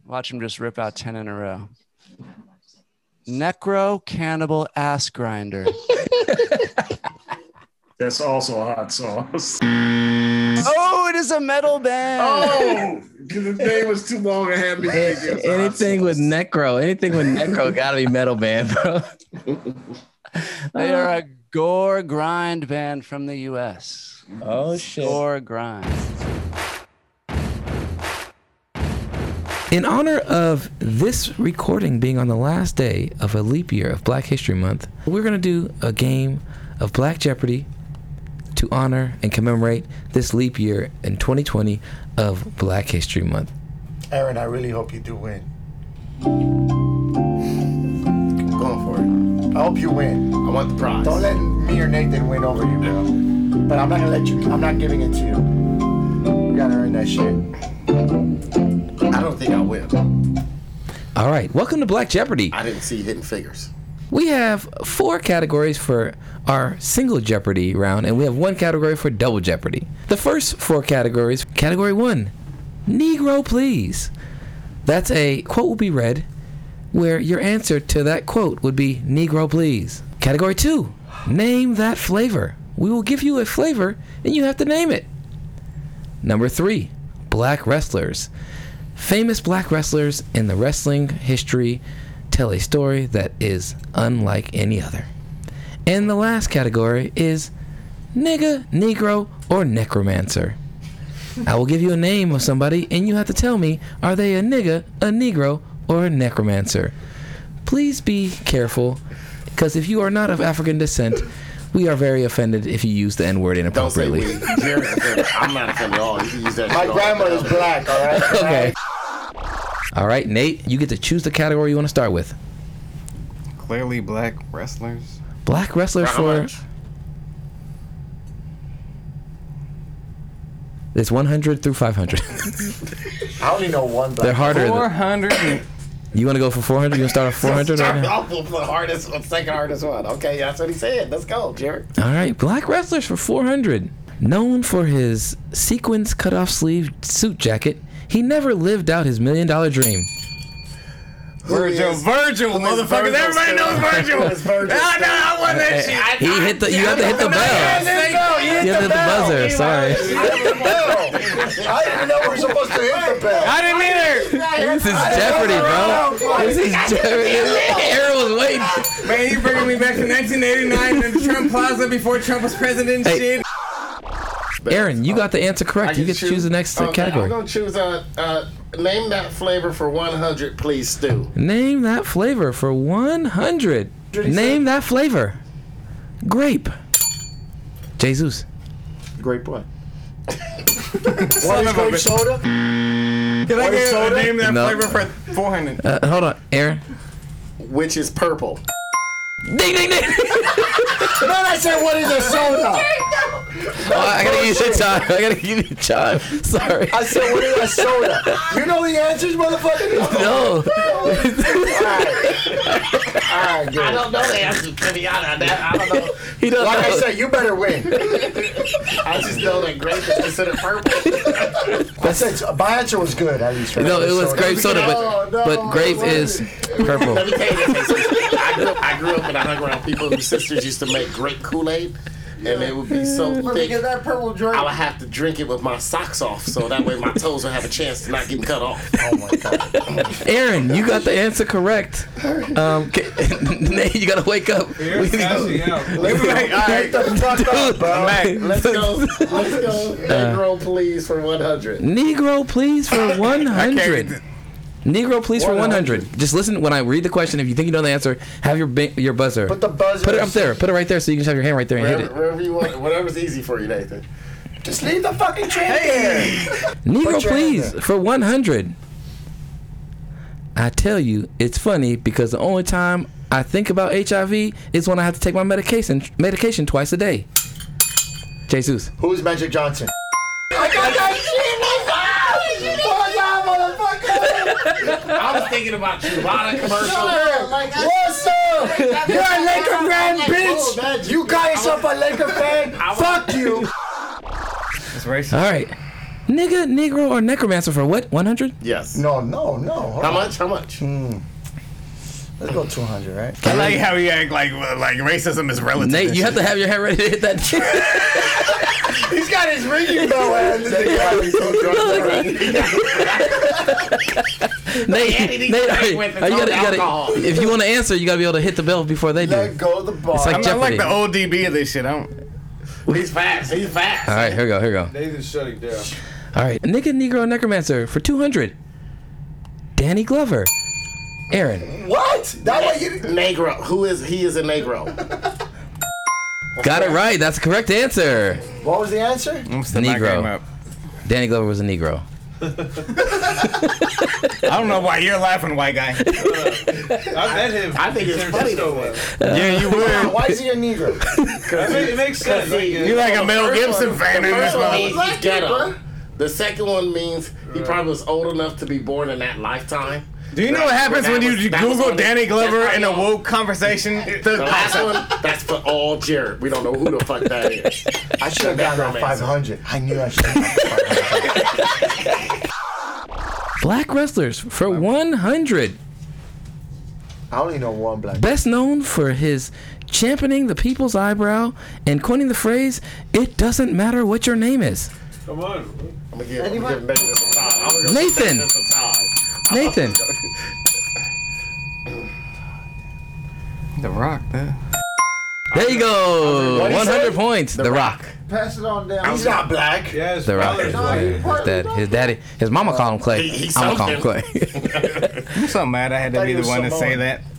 Speaker 3: Watch him just rip out 10 in a row. Necro cannibal ass grinder.
Speaker 16: That's also a hot sauce.
Speaker 3: oh, it is a metal band.
Speaker 16: Oh, 'cause the name was too long. I had me thinking. it was a hot
Speaker 6: Anything with
Speaker 16: sauce.
Speaker 6: necro, anything with necro, gotta be metal band, bro.
Speaker 3: They are a gore grind band from the US.
Speaker 17: Oh shit.
Speaker 3: Or grind.
Speaker 6: In honor of this recording being on the last day of a leap year of Black History Month, we're going to do a game of Black Jeopardy to honor and commemorate this leap year in 2020 of Black History Month.
Speaker 4: Aaron, I really hope you do win. Keep going for it. I hope you win. I want the prize. Don't let me or Nathan win over you, bro. But I'm not gonna let you. I'm not giving it to you. You gotta earn that shit. I don't think I will.
Speaker 6: All right, welcome to Black Jeopardy.
Speaker 4: I didn't see Hidden Figures.
Speaker 6: We have four categories for our single Jeopardy round, and we have one category for double Jeopardy. The first four categories Category one Negro Please. That's a quote will be read where your answer to that quote would be Negro Please. Category two Name that flavor. We will give you a flavor, and you have to name it. Number three, black wrestlers. Famous black wrestlers in the wrestling history tell a story that is unlike any other. And the last category is nigga, negro, or necromancer. I will give you a name of somebody, and you have to tell me are they a nigga, a negro, or a necromancer. Please be careful, because if you are not of African descent, we are very offended if you use the N word inappropriately.
Speaker 8: Jared's offended. I'm not offended at all. You can use that.
Speaker 4: My
Speaker 8: shit all
Speaker 4: grandmother's
Speaker 8: day.
Speaker 4: black, all right?
Speaker 6: okay. All right, Nate, you get to choose the category you want to start with.
Speaker 7: Clearly, black wrestlers.
Speaker 6: Black wrestler
Speaker 7: For how
Speaker 6: for
Speaker 7: much?
Speaker 6: it's 100 through 500.
Speaker 4: I only know one black.
Speaker 6: They're harder than-
Speaker 4: 400.
Speaker 6: you want to go for 400? You want to start at 400 right
Speaker 8: Start
Speaker 6: now?
Speaker 8: off with the hardest one, second hardest one. Okay, that's what he said. Let's go, Jared.
Speaker 6: All right, black wrestlers for 400. Known for his sequins cut off sleeve suit jacket, he never lived out his million dollar dream.
Speaker 7: Virgil, Virgil, motherfuckers. Everybody knows Virgil.
Speaker 4: It's Virgil.
Speaker 7: Ah, no, I want that
Speaker 6: Hey,
Speaker 7: shit. I-
Speaker 6: he
Speaker 7: I-
Speaker 6: hit the- you have to hit the
Speaker 7: No,
Speaker 6: bell.
Speaker 7: yes, there you go. You hit
Speaker 6: You
Speaker 7: the
Speaker 6: hit the
Speaker 7: bell.
Speaker 6: buzzer, sorry.
Speaker 4: I didn't even know we were supposed to hit the bell.
Speaker 7: I didn't either.
Speaker 6: This is Jeopardy, bro. This is Jeopardy. Aaron was waiting.
Speaker 7: Man, you bringing me back to 1989 and Trump Plaza before Trump was president and
Speaker 6: Hey.
Speaker 7: shit.
Speaker 6: Aaron, you got the answer
Speaker 8: I
Speaker 6: correct. You get to choose the next uh,
Speaker 8: okay, I'm
Speaker 6: category.
Speaker 8: gonna choose uh, uh, name that flavor for 100, please, Stu.
Speaker 6: Name that flavor for 100. Name that flavor. Grape. Jesus.
Speaker 8: Great boy.
Speaker 4: One
Speaker 7: Son
Speaker 4: is
Speaker 7: of a
Speaker 4: grape
Speaker 7: bitch.
Speaker 4: soda.
Speaker 7: Can I
Speaker 4: What is
Speaker 7: get a
Speaker 4: soda?
Speaker 7: name that
Speaker 6: No.
Speaker 7: flavor for 400?
Speaker 6: Uh, hold on, Aaron.
Speaker 8: Which is purple.
Speaker 6: Ding, ding, ding.
Speaker 4: Then I said, what is a soda?
Speaker 6: Oh, I gotta give you the time. I gotta give you the time. Sorry.
Speaker 4: I said, what is a soda? You know the answers, motherfucker?
Speaker 6: No.
Speaker 4: All right,
Speaker 8: I
Speaker 4: good.
Speaker 8: don't know the answer to be honest. I I don't know.
Speaker 6: He doesn't
Speaker 4: Like I
Speaker 6: know.
Speaker 4: said, you better win.
Speaker 8: I just know that grape is considered purple.
Speaker 4: I said, my answer was good, at least. right?
Speaker 6: No, it was grape soda, but
Speaker 4: No, no,
Speaker 6: but grape
Speaker 4: it wasn't.
Speaker 6: is purple.
Speaker 8: Let me tell you this. I grew, I grew up and I hung around people whose sisters used to make grape Kool Aid, and it would be so
Speaker 4: Let me
Speaker 8: thick.
Speaker 4: get that purple drink.
Speaker 8: I would have to drink it with my socks off, so that way my toes would have a chance to not get cut off.
Speaker 4: Oh my god.
Speaker 6: Aaron, you got the answer correct. Um, ca- Nate, you gotta wake up.
Speaker 7: Aaron's cashing out.
Speaker 4: Get the fuck up, bro.
Speaker 8: Let's go. Let's go.
Speaker 7: Uh,
Speaker 8: Negro, please, for 100.
Speaker 6: Negro, please for one hundred. Negro, please for one
Speaker 4: 100.
Speaker 6: hundred. Just listen when I read the question. If you think you know the answer, have your ba- your buzzer.
Speaker 4: Put the buzzer.
Speaker 6: Put it up there. Put it right there, so you can just have your hand right there and hit it.
Speaker 8: Wherever, wherever you want, whatever's easy for you, Nathan.
Speaker 4: Just leave the fucking drink there.
Speaker 6: Negro,
Speaker 4: Put your hand
Speaker 6: please
Speaker 4: there.
Speaker 6: for one hundred. I tell you, it's funny because the only time I think about HIV is when I have to take my medication medication twice a day. Jesus.
Speaker 4: Who's Magic Johnson? I got that shit.
Speaker 8: I was thinking about Chewbacca commercial.
Speaker 4: What's up? You're a Laker fan, bitch. You got yourself a Laker fan. Fuck you.
Speaker 7: That's racist.
Speaker 6: All right. Nigga, Negro, or Necromancer for what? 100?
Speaker 8: Yes.
Speaker 4: No, no, no. Hold
Speaker 8: How
Speaker 4: on.
Speaker 8: much? How much?
Speaker 4: Hmm. Let's go 200, right?
Speaker 7: I like how you act like like racism is relative.
Speaker 6: Nate, you have to have your hand ready to hit that.
Speaker 4: He's got his ringing bell and
Speaker 6: Nate, Nate, are you,
Speaker 8: with
Speaker 6: are you gotta,
Speaker 8: no
Speaker 6: you
Speaker 8: alcohol.
Speaker 6: gotta, if you want to answer, you gotta be able to hit the bell before they do.
Speaker 4: Let go the bar.
Speaker 6: It's like
Speaker 7: I'm not like
Speaker 6: Jeopardy.
Speaker 7: the ODB of this shit. I don't.
Speaker 18: He's fast. He's fast.
Speaker 6: All right, here we go. Here we go.
Speaker 19: Nathan's shutting down.
Speaker 6: All right, Nigga Negro Necromancer for 200. Danny Glover. Aaron.
Speaker 8: What? That way you Negro. Who is he? Is a Negro.
Speaker 6: Got it right. That's the correct answer.
Speaker 7: What was the answer?
Speaker 6: I'm Negro. Danny Glover was a Negro.
Speaker 4: I don't know why you're laughing, white guy.
Speaker 19: I met him.
Speaker 8: I think it's funny.
Speaker 4: Yeah, you would.
Speaker 7: Why is he a Negro?
Speaker 8: it
Speaker 19: makes sense.
Speaker 4: You like a Mel Gibson fan in this motherfucker.
Speaker 8: He's ghetto. The second one means he probably was old enough to be born in that lifetime.
Speaker 4: Do you know what happens when you Google Danny Glover in a woke conversation?
Speaker 8: The last one, that's for all Jared. We don't know who the fuck that is.
Speaker 7: I should have gotten around 500. I knew I should have.
Speaker 6: Black wrestlers for 100.
Speaker 7: I only know one black.
Speaker 6: Best known for his championing the people's eyebrow and coining the phrase, it doesn't matter what your name is.
Speaker 19: Come on. I'm
Speaker 8: gonna give, I'm gonna give Nathan some time. I'm gonna give
Speaker 6: Nathan.
Speaker 8: Nathan some time.
Speaker 6: Nathan.
Speaker 4: The Rock, man.
Speaker 6: There you go.
Speaker 7: What'd he say?
Speaker 6: 100 points. The, Rock.
Speaker 7: Pass it on down.
Speaker 8: He's not black.
Speaker 19: Yes.
Speaker 6: The Rock.
Speaker 19: brother.
Speaker 6: is His, dad, his daddy. His mama called him Clay.
Speaker 19: He- he's
Speaker 6: I'm gonna call him Clay.
Speaker 19: something.
Speaker 4: I'm so mad I had to
Speaker 19: Thought
Speaker 4: be
Speaker 19: he
Speaker 4: the
Speaker 19: was
Speaker 4: one to say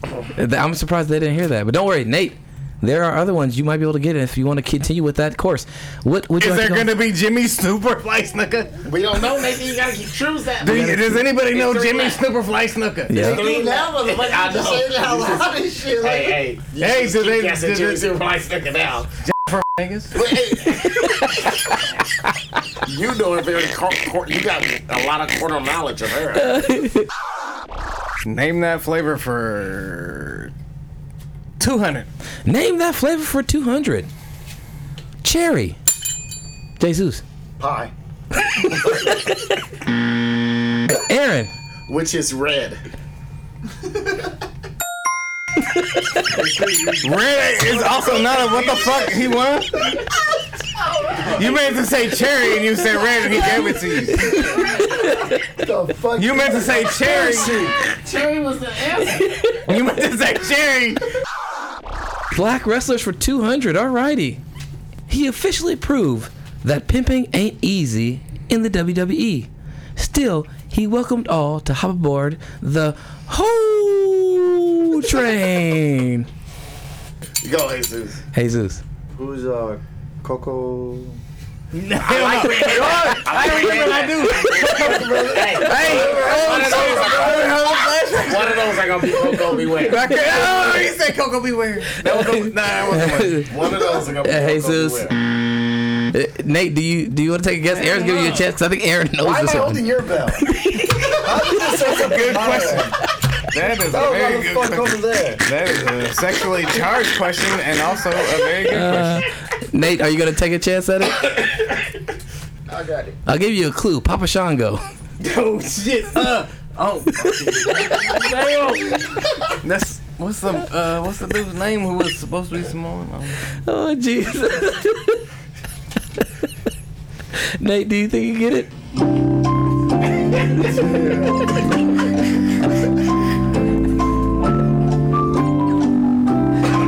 Speaker 19: Samoan.
Speaker 4: that.
Speaker 6: I'm surprised they didn't hear that. But don't worry, Nate. There are other ones you might be able to get if you want to continue with that course. What would you like
Speaker 4: Is there
Speaker 6: to go-
Speaker 4: gonna be Jimmy Snooper Fly Snooker?
Speaker 8: We don't know. Maybe you gotta keep choose that.
Speaker 4: Do you, does anybody know
Speaker 8: It's three
Speaker 4: Jimmy
Speaker 8: left.
Speaker 4: Snooper Fly Snooker?
Speaker 6: Yeah. It's
Speaker 8: three left. I know. You just- Hey, hey.
Speaker 4: Hey,
Speaker 8: Hey,
Speaker 4: so
Speaker 8: so
Speaker 4: they-
Speaker 8: they guessing
Speaker 4: did
Speaker 8: Jimmy
Speaker 4: they-
Speaker 8: Superfly sticking out.
Speaker 4: From niggas?
Speaker 8: You know a very cor- cor- you got a lot of corner knowledge of her.
Speaker 4: Name that flavor for 200.
Speaker 6: Name that flavor for 200. Cherry. Jesus.
Speaker 7: Pie.
Speaker 6: Aaron.
Speaker 8: Which is red.
Speaker 4: Red is also not a what the fuck he won? You meant to say cherry and you said red and he gave it to you.
Speaker 7: The fuck
Speaker 4: You meant to say cherry.
Speaker 8: Cherry was the answer.
Speaker 4: You meant to say cherry.
Speaker 6: Black wrestlers for 200. Alrighty. He officially proved that pimping ain't easy in the WWE. Still, he welcomed all to hop aboard the whole train.
Speaker 8: Go, Jesus.
Speaker 6: Jesus.
Speaker 7: Who's uh Coco?
Speaker 8: I like red.
Speaker 4: Oh,
Speaker 8: I like red. I do. Hey, one of
Speaker 4: oh,
Speaker 8: those- one of those are gonna be Coco Beware.
Speaker 4: Back- oh,
Speaker 19: he said Coco Beware.
Speaker 8: That was the, nah, that wasn't one. One of those are gonna be
Speaker 6: Uh,
Speaker 8: Coco
Speaker 6: Jesus.
Speaker 8: Beware.
Speaker 6: Uh, Nate, do you do you want to take a guess? Aaron's giving you a chance. 'cause I think Aaron knows
Speaker 7: Why am I
Speaker 6: this one.
Speaker 7: holding your bell? How you just say something
Speaker 4: Good
Speaker 7: about
Speaker 4: question.
Speaker 7: it?
Speaker 4: That is a
Speaker 7: That
Speaker 4: very good
Speaker 7: motherfucker over
Speaker 4: question.
Speaker 7: there.
Speaker 4: That is a sexually charged question and also a very good
Speaker 6: Uh,
Speaker 4: question.
Speaker 6: Nate, are you gonna take a chance at it?
Speaker 7: I got it.
Speaker 6: I'll give you a clue. Papa Shango.
Speaker 4: Oh shit. Uh, oh. Damn. That's what's the uh, what's the dude's name who was supposed to be Samoan? Um,
Speaker 6: Oh Jesus. Nate, do you think you get it?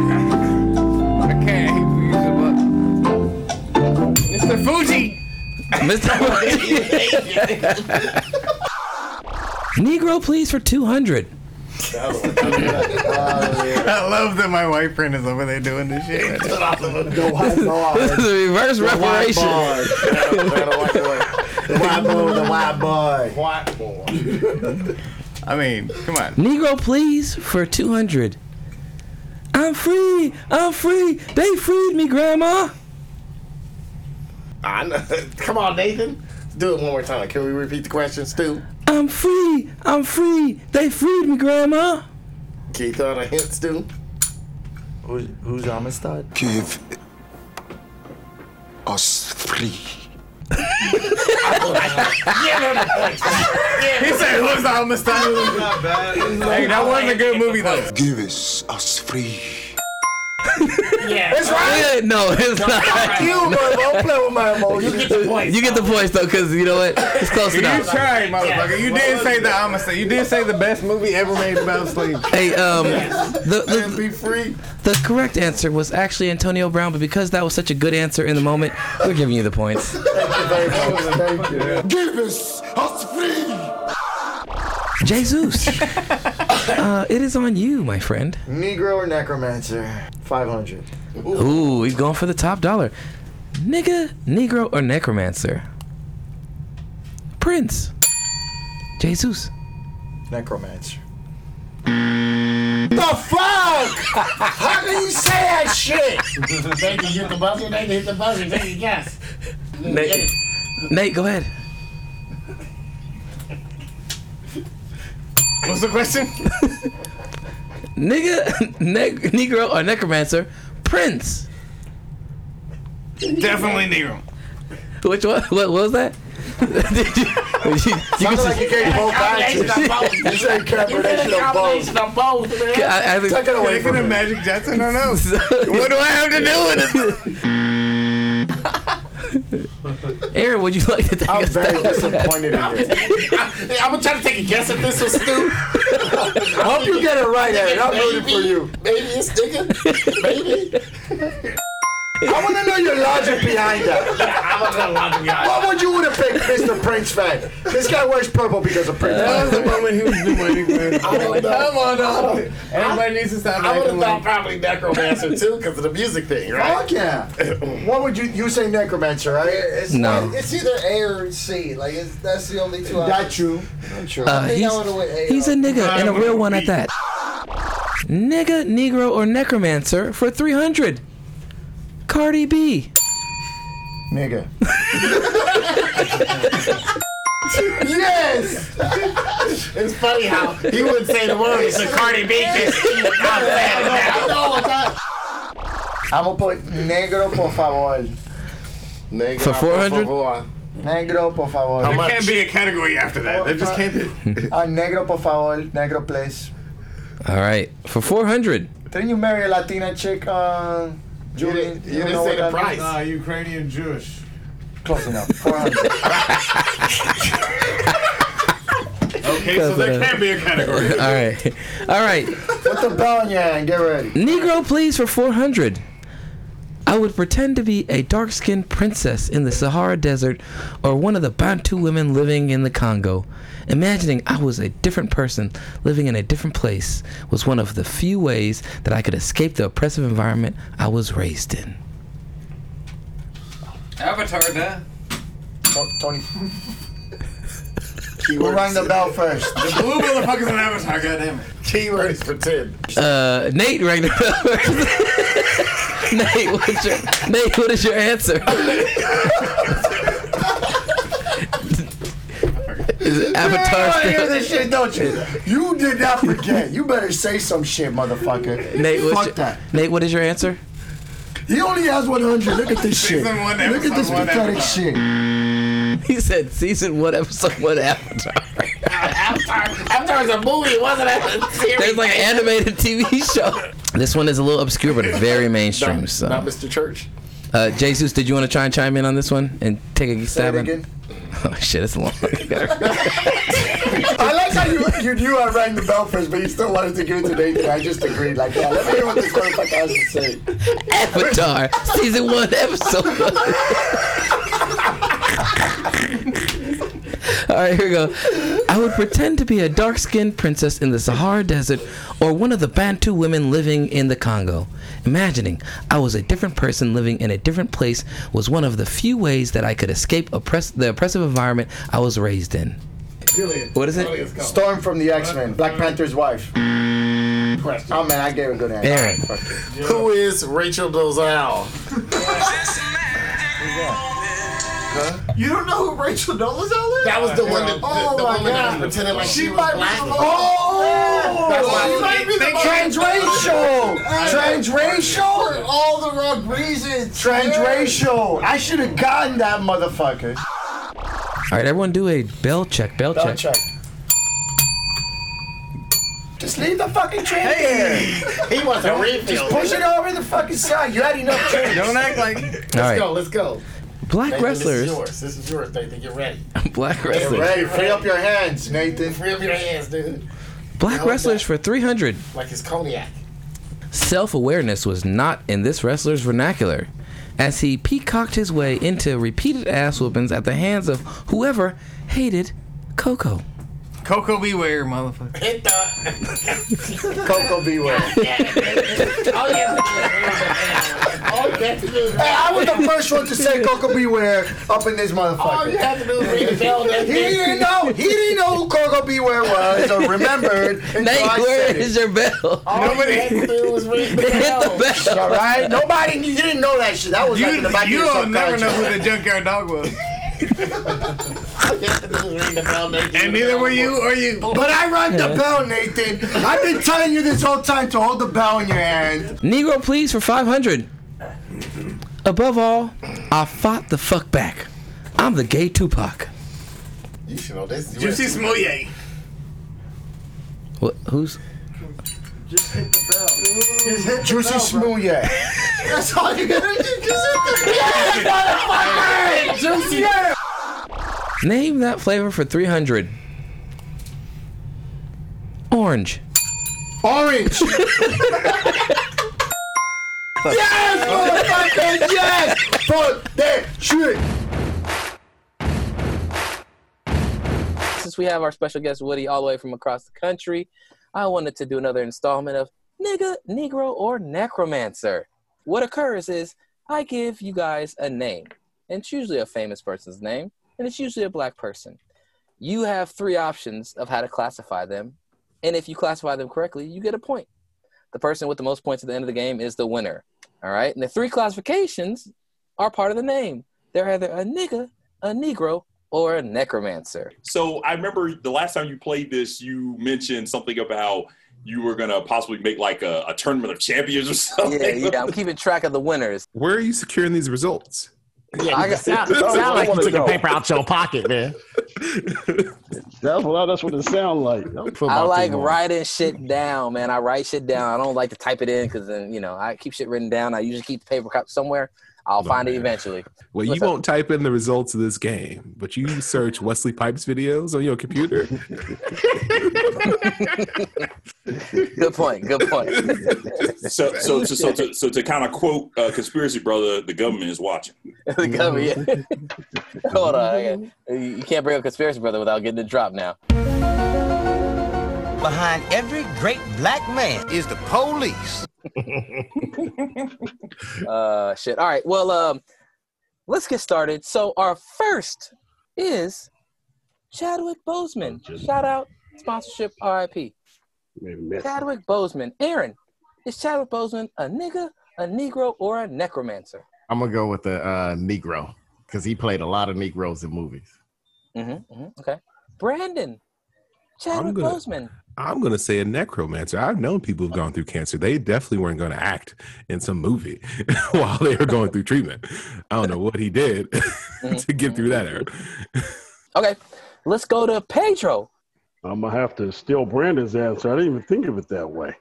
Speaker 4: I can't. He used to what- Mr. Fuji.
Speaker 6: Mr. Negro, please for two hundred.
Speaker 4: I love that my white friend is over there doing this shit. Right now.
Speaker 7: Go high bar.
Speaker 6: This is a reverse
Speaker 7: The white
Speaker 6: reparation.
Speaker 7: bar. The white boy. The white boy.
Speaker 8: White boy.
Speaker 4: I mean, come on.
Speaker 6: Negro, please for two hundred. I'm free. I'm free. They freed me, Grandma.
Speaker 8: I know. Come on, Nathan. Do it one more time. Can we repeat the question, Stu?
Speaker 6: I'm free. I'm free. They freed me, Grandma.
Speaker 8: Can you throw out a hint, Stu?
Speaker 7: Who's, who's Amistad?
Speaker 20: Give us three.
Speaker 4: He said, "Who's all Mr.
Speaker 19: Not bad.
Speaker 4: Hey, that wasn't a good movie though.
Speaker 20: Give us, us free.
Speaker 13: Yeah.
Speaker 4: It's right.
Speaker 6: No, it's not.
Speaker 4: Fuck you, bro. Don't play with my emotions. You get the point.
Speaker 6: You get the points though, because you know what? It's close
Speaker 21: You
Speaker 6: enough.
Speaker 21: tried, motherfucker. You did say the I'ma say. You did say the best movie ever made about slavery.
Speaker 6: Hey, um, the, the,
Speaker 21: be free.
Speaker 6: the correct answer was actually Antonio Brown, but because that was such a good answer in the moment, we're giving you the points.
Speaker 4: Thank you. Give us us free.
Speaker 6: Jesus, uh, it is on you, my friend.
Speaker 4: Negro or necromancer? Five hundred.
Speaker 6: Ooh, he's going for the top dollar. Nigga, Negro, or Necromancer? Prince. Jesus.
Speaker 4: Necromancer. The
Speaker 8: Oh,
Speaker 4: fuck? How can you say that shit?
Speaker 13: they can hit the buzzer. They can hit the buzzer. They can guess.
Speaker 6: Nate, Nate, go ahead.
Speaker 21: What's the question?
Speaker 6: Nigga, neg- Negro, or Necromancer? Prince.
Speaker 21: Definitely Negro.
Speaker 6: Which one? What, what was that? Did you, you, you
Speaker 4: Sounds
Speaker 6: can
Speaker 4: like
Speaker 6: see-
Speaker 4: you gave both
Speaker 13: Combination
Speaker 4: answers.
Speaker 13: of both.
Speaker 4: You said combination of both.
Speaker 13: Combination of both, man.
Speaker 6: I, I think,
Speaker 4: Take it away
Speaker 21: Taking
Speaker 4: from
Speaker 21: a
Speaker 4: me.
Speaker 21: Magic Johnson or no? What do I have to do with it?
Speaker 6: Aaron, would you like to take
Speaker 4: I'm
Speaker 6: a
Speaker 4: very
Speaker 6: stab?
Speaker 4: disappointed in you.
Speaker 13: I'm gonna try to take a guess at this one, Stu.
Speaker 4: I hope you get it right, Aaron. I'm rooting for you.
Speaker 13: Maybe it's nigga. Maybe.
Speaker 4: I want to know your logic behind that.
Speaker 13: I'm not gonna lie to you.
Speaker 4: Why would you would have picked Mr. Prince Fag? This guy wears purple because of Prince.
Speaker 21: That was the moment he was doing it,
Speaker 4: don't
Speaker 21: man.
Speaker 4: know.
Speaker 21: Come on, now. Everybody needs to stop
Speaker 13: I
Speaker 21: acting
Speaker 13: would have thought
Speaker 21: like.
Speaker 13: probably Necromancer too, because of the music thing, right?
Speaker 4: Fuck yeah. what would you you say necromancer, right?
Speaker 22: It's,
Speaker 6: No.
Speaker 22: It's either A or C. Like, it's, that's the only two options.
Speaker 4: Not true. Not true.
Speaker 6: Uh,
Speaker 22: think I
Speaker 6: he's,
Speaker 22: would've went A
Speaker 6: he's a
Speaker 22: on
Speaker 6: nigga and a real one at that. Nigga, Negro, or Necromancer for 300. Cardi B.
Speaker 4: Nigga. yes!
Speaker 13: It's funny how he wouldn't say the words. So Cardi B can see what I'm saying now.
Speaker 4: I'm gonna put negro por favor.
Speaker 8: Nigga,
Speaker 6: For 400?
Speaker 8: favor.
Speaker 4: Negro por favor.
Speaker 8: How
Speaker 21: There
Speaker 8: much?
Speaker 21: can't be a category after that. They just can't be.
Speaker 4: Uh, negro por favor. Negro please.
Speaker 6: All right, for 400.
Speaker 4: Didn't you marry a Latina chick, uh, Julie?
Speaker 8: didn't- you didn't say the price.
Speaker 23: Nah, Ukrainian Jewish.
Speaker 4: Close enough. 400.
Speaker 23: Okay, so there can't
Speaker 6: Cousin.
Speaker 23: be a
Speaker 6: All
Speaker 23: category.
Speaker 6: right. All right.
Speaker 4: Put the bell in your hand. Get ready.
Speaker 6: Negro, please, for 400. I would pretend to be a dark skinned princess in the Sahara Desert or one of the Bantu women living in the Congo. Imagining I was a different person living in a different place was one of the few ways that I could escape the oppressive environment I was raised in.
Speaker 9: Avatar, that.
Speaker 4: Tw- 20. Who rang the bell first?
Speaker 21: The blue motherfuckers in Avatar, goddammit.
Speaker 8: Keywords for 10.
Speaker 6: Uh, Nate rang the bell first. Nate, what's your, Nate, what is your answer? is it Avatar?
Speaker 4: You hear
Speaker 6: still-
Speaker 4: this shit, don't you? You did not forget. You better say some shit, motherfucker.
Speaker 6: Nate, what's
Speaker 4: Fuck
Speaker 6: your,
Speaker 4: that.
Speaker 6: Nate, what is your answer?
Speaker 4: He only has 100. Look at this shit.
Speaker 21: Season one,
Speaker 4: Look at
Speaker 21: episode
Speaker 4: this
Speaker 21: one,
Speaker 4: pathetic
Speaker 21: episode.
Speaker 4: shit.
Speaker 6: He said season one, episode one, Avatar.
Speaker 13: Avatar, Avatar was a movie, it wasn't a series.
Speaker 6: There's like an animated TV show. This one is a little obscure, but very mainstream.
Speaker 8: Not
Speaker 6: So,
Speaker 8: Mr. Church.
Speaker 6: uh, Jesus, did you want to try and chime in on this one and take a
Speaker 4: Say
Speaker 6: stab
Speaker 4: it
Speaker 6: at
Speaker 4: again.
Speaker 6: Oh shit, it's a long.
Speaker 4: I like how you, you knew I rang the bell first, but you still wanted to give it to Nathan. I just agreed like that. Let me hear what this motherfucker has to say.
Speaker 6: Avatar season one episode. one. All right, here we go. I would pretend to be a dark-skinned princess in the Sahara Desert or one of the Bantu women living in the Congo. Imagining I was a different person living in a different place was one of the few ways that I could escape oppress- the oppressive environment I was raised in. What is it?
Speaker 4: Storm from the X Men, Black Panther's wife. Oh man, I gave a good answer.
Speaker 6: Aaron.
Speaker 4: Fuck it.
Speaker 8: Who is Rachel Dozal?
Speaker 4: You don't know who Rachel Dolezal is?
Speaker 8: That was the one that, the,
Speaker 4: Oh
Speaker 8: the
Speaker 4: my
Speaker 8: woman that
Speaker 4: God.
Speaker 8: was pretending like she,
Speaker 4: She
Speaker 8: was
Speaker 4: might be
Speaker 8: black.
Speaker 4: the Oh!
Speaker 8: That's why
Speaker 4: she
Speaker 8: I
Speaker 4: might
Speaker 8: think-
Speaker 4: be the
Speaker 8: think-
Speaker 4: transracial!
Speaker 22: For
Speaker 4: Transracial!
Speaker 22: all the wrong reasons.
Speaker 4: Transracial! I should have gotten that motherfucker.
Speaker 6: All right, everyone, do a bell check. Bell,
Speaker 4: Bell
Speaker 6: check.
Speaker 4: check. Just Leave the fucking drink
Speaker 8: Hey.
Speaker 4: there.
Speaker 8: He wants a
Speaker 4: Don't-
Speaker 8: refill.
Speaker 4: Just push it over the fucking side. You had enough drinks.
Speaker 8: Don't act like-
Speaker 4: Let's
Speaker 6: All right.
Speaker 4: go. Let's go.
Speaker 6: Black
Speaker 4: Nathan,
Speaker 6: wrestlers.
Speaker 4: This is yours. This is yours, Nathan. Get ready.
Speaker 6: Black
Speaker 4: Get
Speaker 6: wrestlers.
Speaker 4: ready. Free up your hands, Nathan. Free up your hands, dude.
Speaker 6: Black wrestlers for 300.
Speaker 4: Like his cognac.
Speaker 6: Self awareness was not in this wrestler's vernacular, as he peacocked his way into repeated ass whoopings at the hands of whoever hated Coco.
Speaker 24: Coco beware, motherfucker.
Speaker 4: Hit the Coco beware.
Speaker 8: Oh,
Speaker 4: All you have to do is- Hey, I was the first one to say Coco Beware up in this motherfucker.
Speaker 8: All you have to do is read the bell that-
Speaker 4: He didn't know. He didn't know who Coco Beware was or remembered. until
Speaker 8: Nate,
Speaker 4: I
Speaker 8: where
Speaker 4: said it.
Speaker 8: is
Speaker 6: your bell?
Speaker 4: All Nobody. You had to do was read the bell. All right. Nobody. You didn't know that shit. That was
Speaker 24: You,
Speaker 4: like in the back
Speaker 24: you
Speaker 4: of your
Speaker 24: all never know who
Speaker 4: subconscious.
Speaker 24: the junkyard dog was.
Speaker 4: and
Speaker 24: neither were you or you.
Speaker 4: But I run the bell, Nathan. I've been telling you this whole time to hold the bell in your hand.
Speaker 6: Negro, please, for 500. Above all, I fought the fuck back. I'm the gay Tupac.
Speaker 4: You should know this.
Speaker 24: Juicy Smollett.
Speaker 6: What, who's
Speaker 4: Just hit the bell. Just hit the Juicy Smoothie. That's all you gotta do. Just hit the bell, motherfucker. Juicy. Yeah.
Speaker 6: Name that flavor for 300. Orange.
Speaker 4: Orange. yes, motherfucker. Yes. Fuck that shit.
Speaker 6: Since we have our special guest Woody all the way from across the country, I wanted to do another installment of Nigga, Negro, or Necromancer. What occurs is I give you guys a name, and it's usually a famous person's name, and it's usually a black person. You have three options of how to classify them, and if you classify them correctly, you get a point. The person with the most points at the end of the game is the winner. All right, and the three classifications are part of the name. They're either a nigga, a negro, or a necromancer.
Speaker 25: So I remember the last time you played this, you mentioned something about you were gonna possibly make like a, a tournament of champions or something.
Speaker 6: Yeah, yeah, I'm keeping track of the winners.
Speaker 26: Where are you securing these results?
Speaker 8: Yeah,
Speaker 6: I
Speaker 8: I
Speaker 6: got-
Speaker 8: sound, it
Speaker 6: That's
Speaker 8: sound
Speaker 6: what I
Speaker 8: like you
Speaker 6: wanna
Speaker 8: took
Speaker 6: know.
Speaker 8: a paper out your pocket, man.
Speaker 16: That's what that's what it sounds like.
Speaker 6: I like writing shit down, man. I write shit down. I don't like to type it in because then you know I keep shit written down. I usually keep the paper cup somewhere. I'll find it eventually.
Speaker 26: Well, you won't type in the results of this game, but you search Wesley Pipes videos on your computer.
Speaker 6: Good point. Good point.
Speaker 25: So so so so to, so to kind of quote uh, conspiracy brother, the government is watching.
Speaker 6: the cover, yeah. Hold on. I got- You can't bring up conspiracy brother without getting the drop now.
Speaker 27: Behind every great black man is the police.
Speaker 6: uh shit all right well um let's get started so our first is chadwick bozeman shout out sponsorship rip chadwick bozeman aaron is chadwick bozeman a nigga a negro or a necromancer
Speaker 8: I'm gonna go with the uh, Negro because he played a lot of Negroes in movies.
Speaker 6: mm-hmm, okay brandon chadwick
Speaker 26: gonna-
Speaker 6: bozeman
Speaker 26: I'm going to say a necromancer. I've known people who've gone through cancer. They definitely weren't going to act in some movie while they were going through treatment. I don't know what he did
Speaker 6: Mm-hmm.
Speaker 26: to get through that era.
Speaker 6: okay let's go to pedro
Speaker 16: I'm gonna have to steal Brandon's answer. I didn't even think of it that way.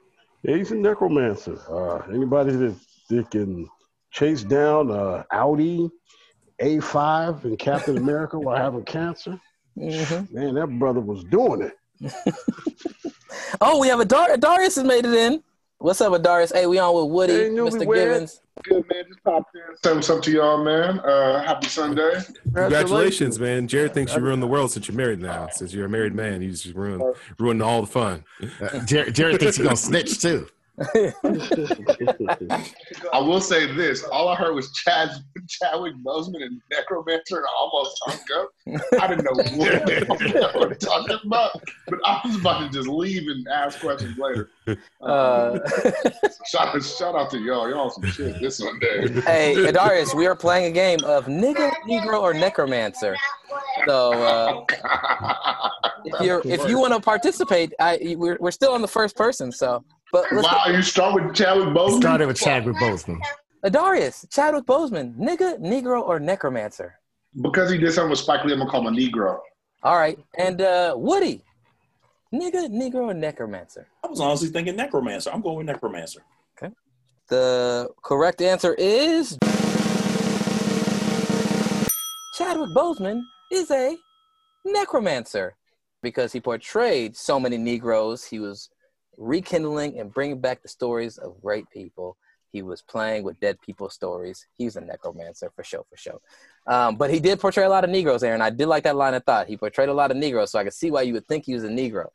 Speaker 16: Yeah, he's a necromancer. Uh, anybody that, that can chase down uh, Audi A5 and Captain America while having cancer,
Speaker 6: Mm-hmm.
Speaker 16: man, that brother was doing it.
Speaker 6: oh we have a Dar- darius has made it in what's up adarius hey we on with woody
Speaker 28: Hey, newlywed.
Speaker 6: mr gibbons
Speaker 28: Good man, just popped in. Send what's up to y'all, man. Uh, happy Sunday.
Speaker 26: Congratulations, man. Jared thinks you ruined the world since you're married now. Since you're a married man, you just ruined, ruined all the fun.
Speaker 8: Uh, Jared, Jared thinks he's going to snitch too.
Speaker 28: I will say this: all I heard was Chad, Chadwick Boseman and Necromancer, and I almost hung up. I didn't know what they were talking about, but I was about to just leave and ask questions later.
Speaker 6: Uh,
Speaker 28: shout, shout out to y'all, y'all some shit this Sunday.
Speaker 6: hey, Adarius, we are playing a game of nigga, negro, or necromancer. So uh, if you if you want to participate, I we're, we're still on the first person. So, but let's
Speaker 28: Wow, you start with Chadwick Boseman.
Speaker 8: Started with Chadwick Boseman.
Speaker 6: Adarius, Chadwick Boseman, nigga, negro, or necromancer.
Speaker 28: Because he did something with Spike Lee, I'm gonna call him a Negro.
Speaker 6: All right, and uh, Woody, Nigga, Negro, or Necromancer?
Speaker 25: I was honestly thinking necromancer. I'm going with necromancer.
Speaker 6: The correct answer is Chadwick Boseman is a necromancer because he portrayed so many Negroes. He was rekindling and bringing back the stories of great people. He was playing with dead people stories. He was a necromancer for sure, for sure. Um, but he did portray a lot of Negroes, Aaron. I did like that line of thought. He portrayed a lot of Negroes, so I could see why you would think he was a Negro.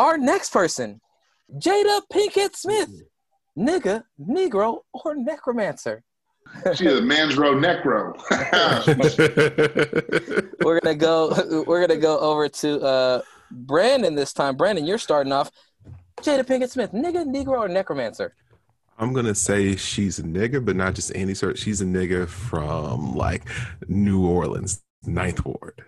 Speaker 6: Our next person, Jada Pinkett Smith, nigga, Negro, or necromancer.
Speaker 28: She's a man's row necro.
Speaker 6: we're gonna go. We're gonna go over to uh, Brandon this time. Brandon, you're starting off. Jada Pinkett Smith, nigga, Negro, or necromancer?
Speaker 26: I'm gonna say she's a nigga, but not just any sort. She's a nigga from like New Orleans, Ninth Ward.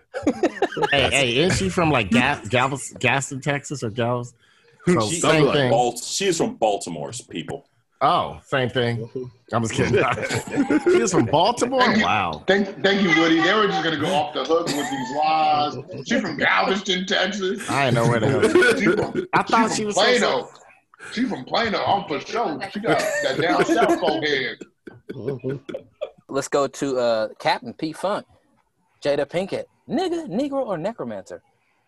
Speaker 8: hey, hey, is she from like Ga- Galveston, Gaston, Texas, or Galveston? So
Speaker 25: She,
Speaker 8: same
Speaker 25: like
Speaker 8: thing.
Speaker 25: Bal- she is from Baltimore's people.
Speaker 8: Oh, same thing. I'm just kidding. she is from Baltimore. Wow.
Speaker 28: Thank, thank you, Woody. They were just gonna go off the hook with these lies. She from Galveston, Texas.
Speaker 8: I didn't know where the hell.
Speaker 28: She from,
Speaker 8: I thought
Speaker 28: she
Speaker 8: she
Speaker 28: from
Speaker 8: was
Speaker 28: Plano. She from Plano. I'm for sure. She got that down south forehead.
Speaker 6: Let's go to uh, Captain P Funk, Jada Pinkett, nigga, Negro, or necromancer?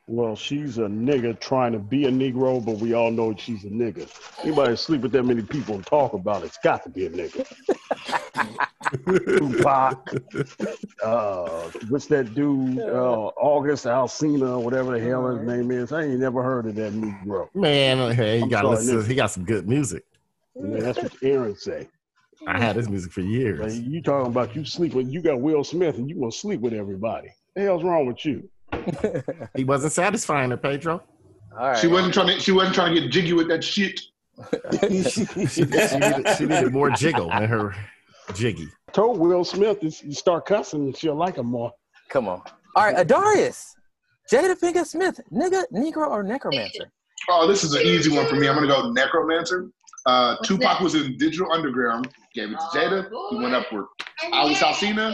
Speaker 16: Well, she's a nigga trying to be a Negro, but we all know she's a nigga. Anybody sleep with that many people and talk about it, it's got to be a nigga. Tupac, uh, what's that dude, uh, August Alsina, whatever the hell his name is. I ain't never heard of that Negro.
Speaker 8: Man, uh, hey, he
Speaker 16: I'm
Speaker 8: got
Speaker 16: sorry,
Speaker 8: listen-
Speaker 16: nigga.
Speaker 8: he got some good music.
Speaker 16: Man, that's what Aaron say.
Speaker 8: I had his music for
Speaker 16: Like,
Speaker 8: years.
Speaker 16: you talking about you sleeping? You got Will Smith, and you gonna sleep with everybody? The hell's wrong with you?
Speaker 8: He wasn't satisfying her, Pedro.
Speaker 6: All
Speaker 28: She wasn't trying to. She wasn't trying to get jiggy with that shit.
Speaker 8: she, needed, she needed more jiggle in her jiggy.
Speaker 16: Told Will Smith if you start cussing, she'll like him more.
Speaker 6: Come on. All right, Adarius, Jada Pinkett Smith, nigga, Negro, or necromancer?
Speaker 28: Oh, this is an easy one for me. I'm gonna go Necromancer. Uh, Tupac was in Digital Underground. Gave
Speaker 8: Oh,
Speaker 28: it to Jada. He went upward. I was Alcina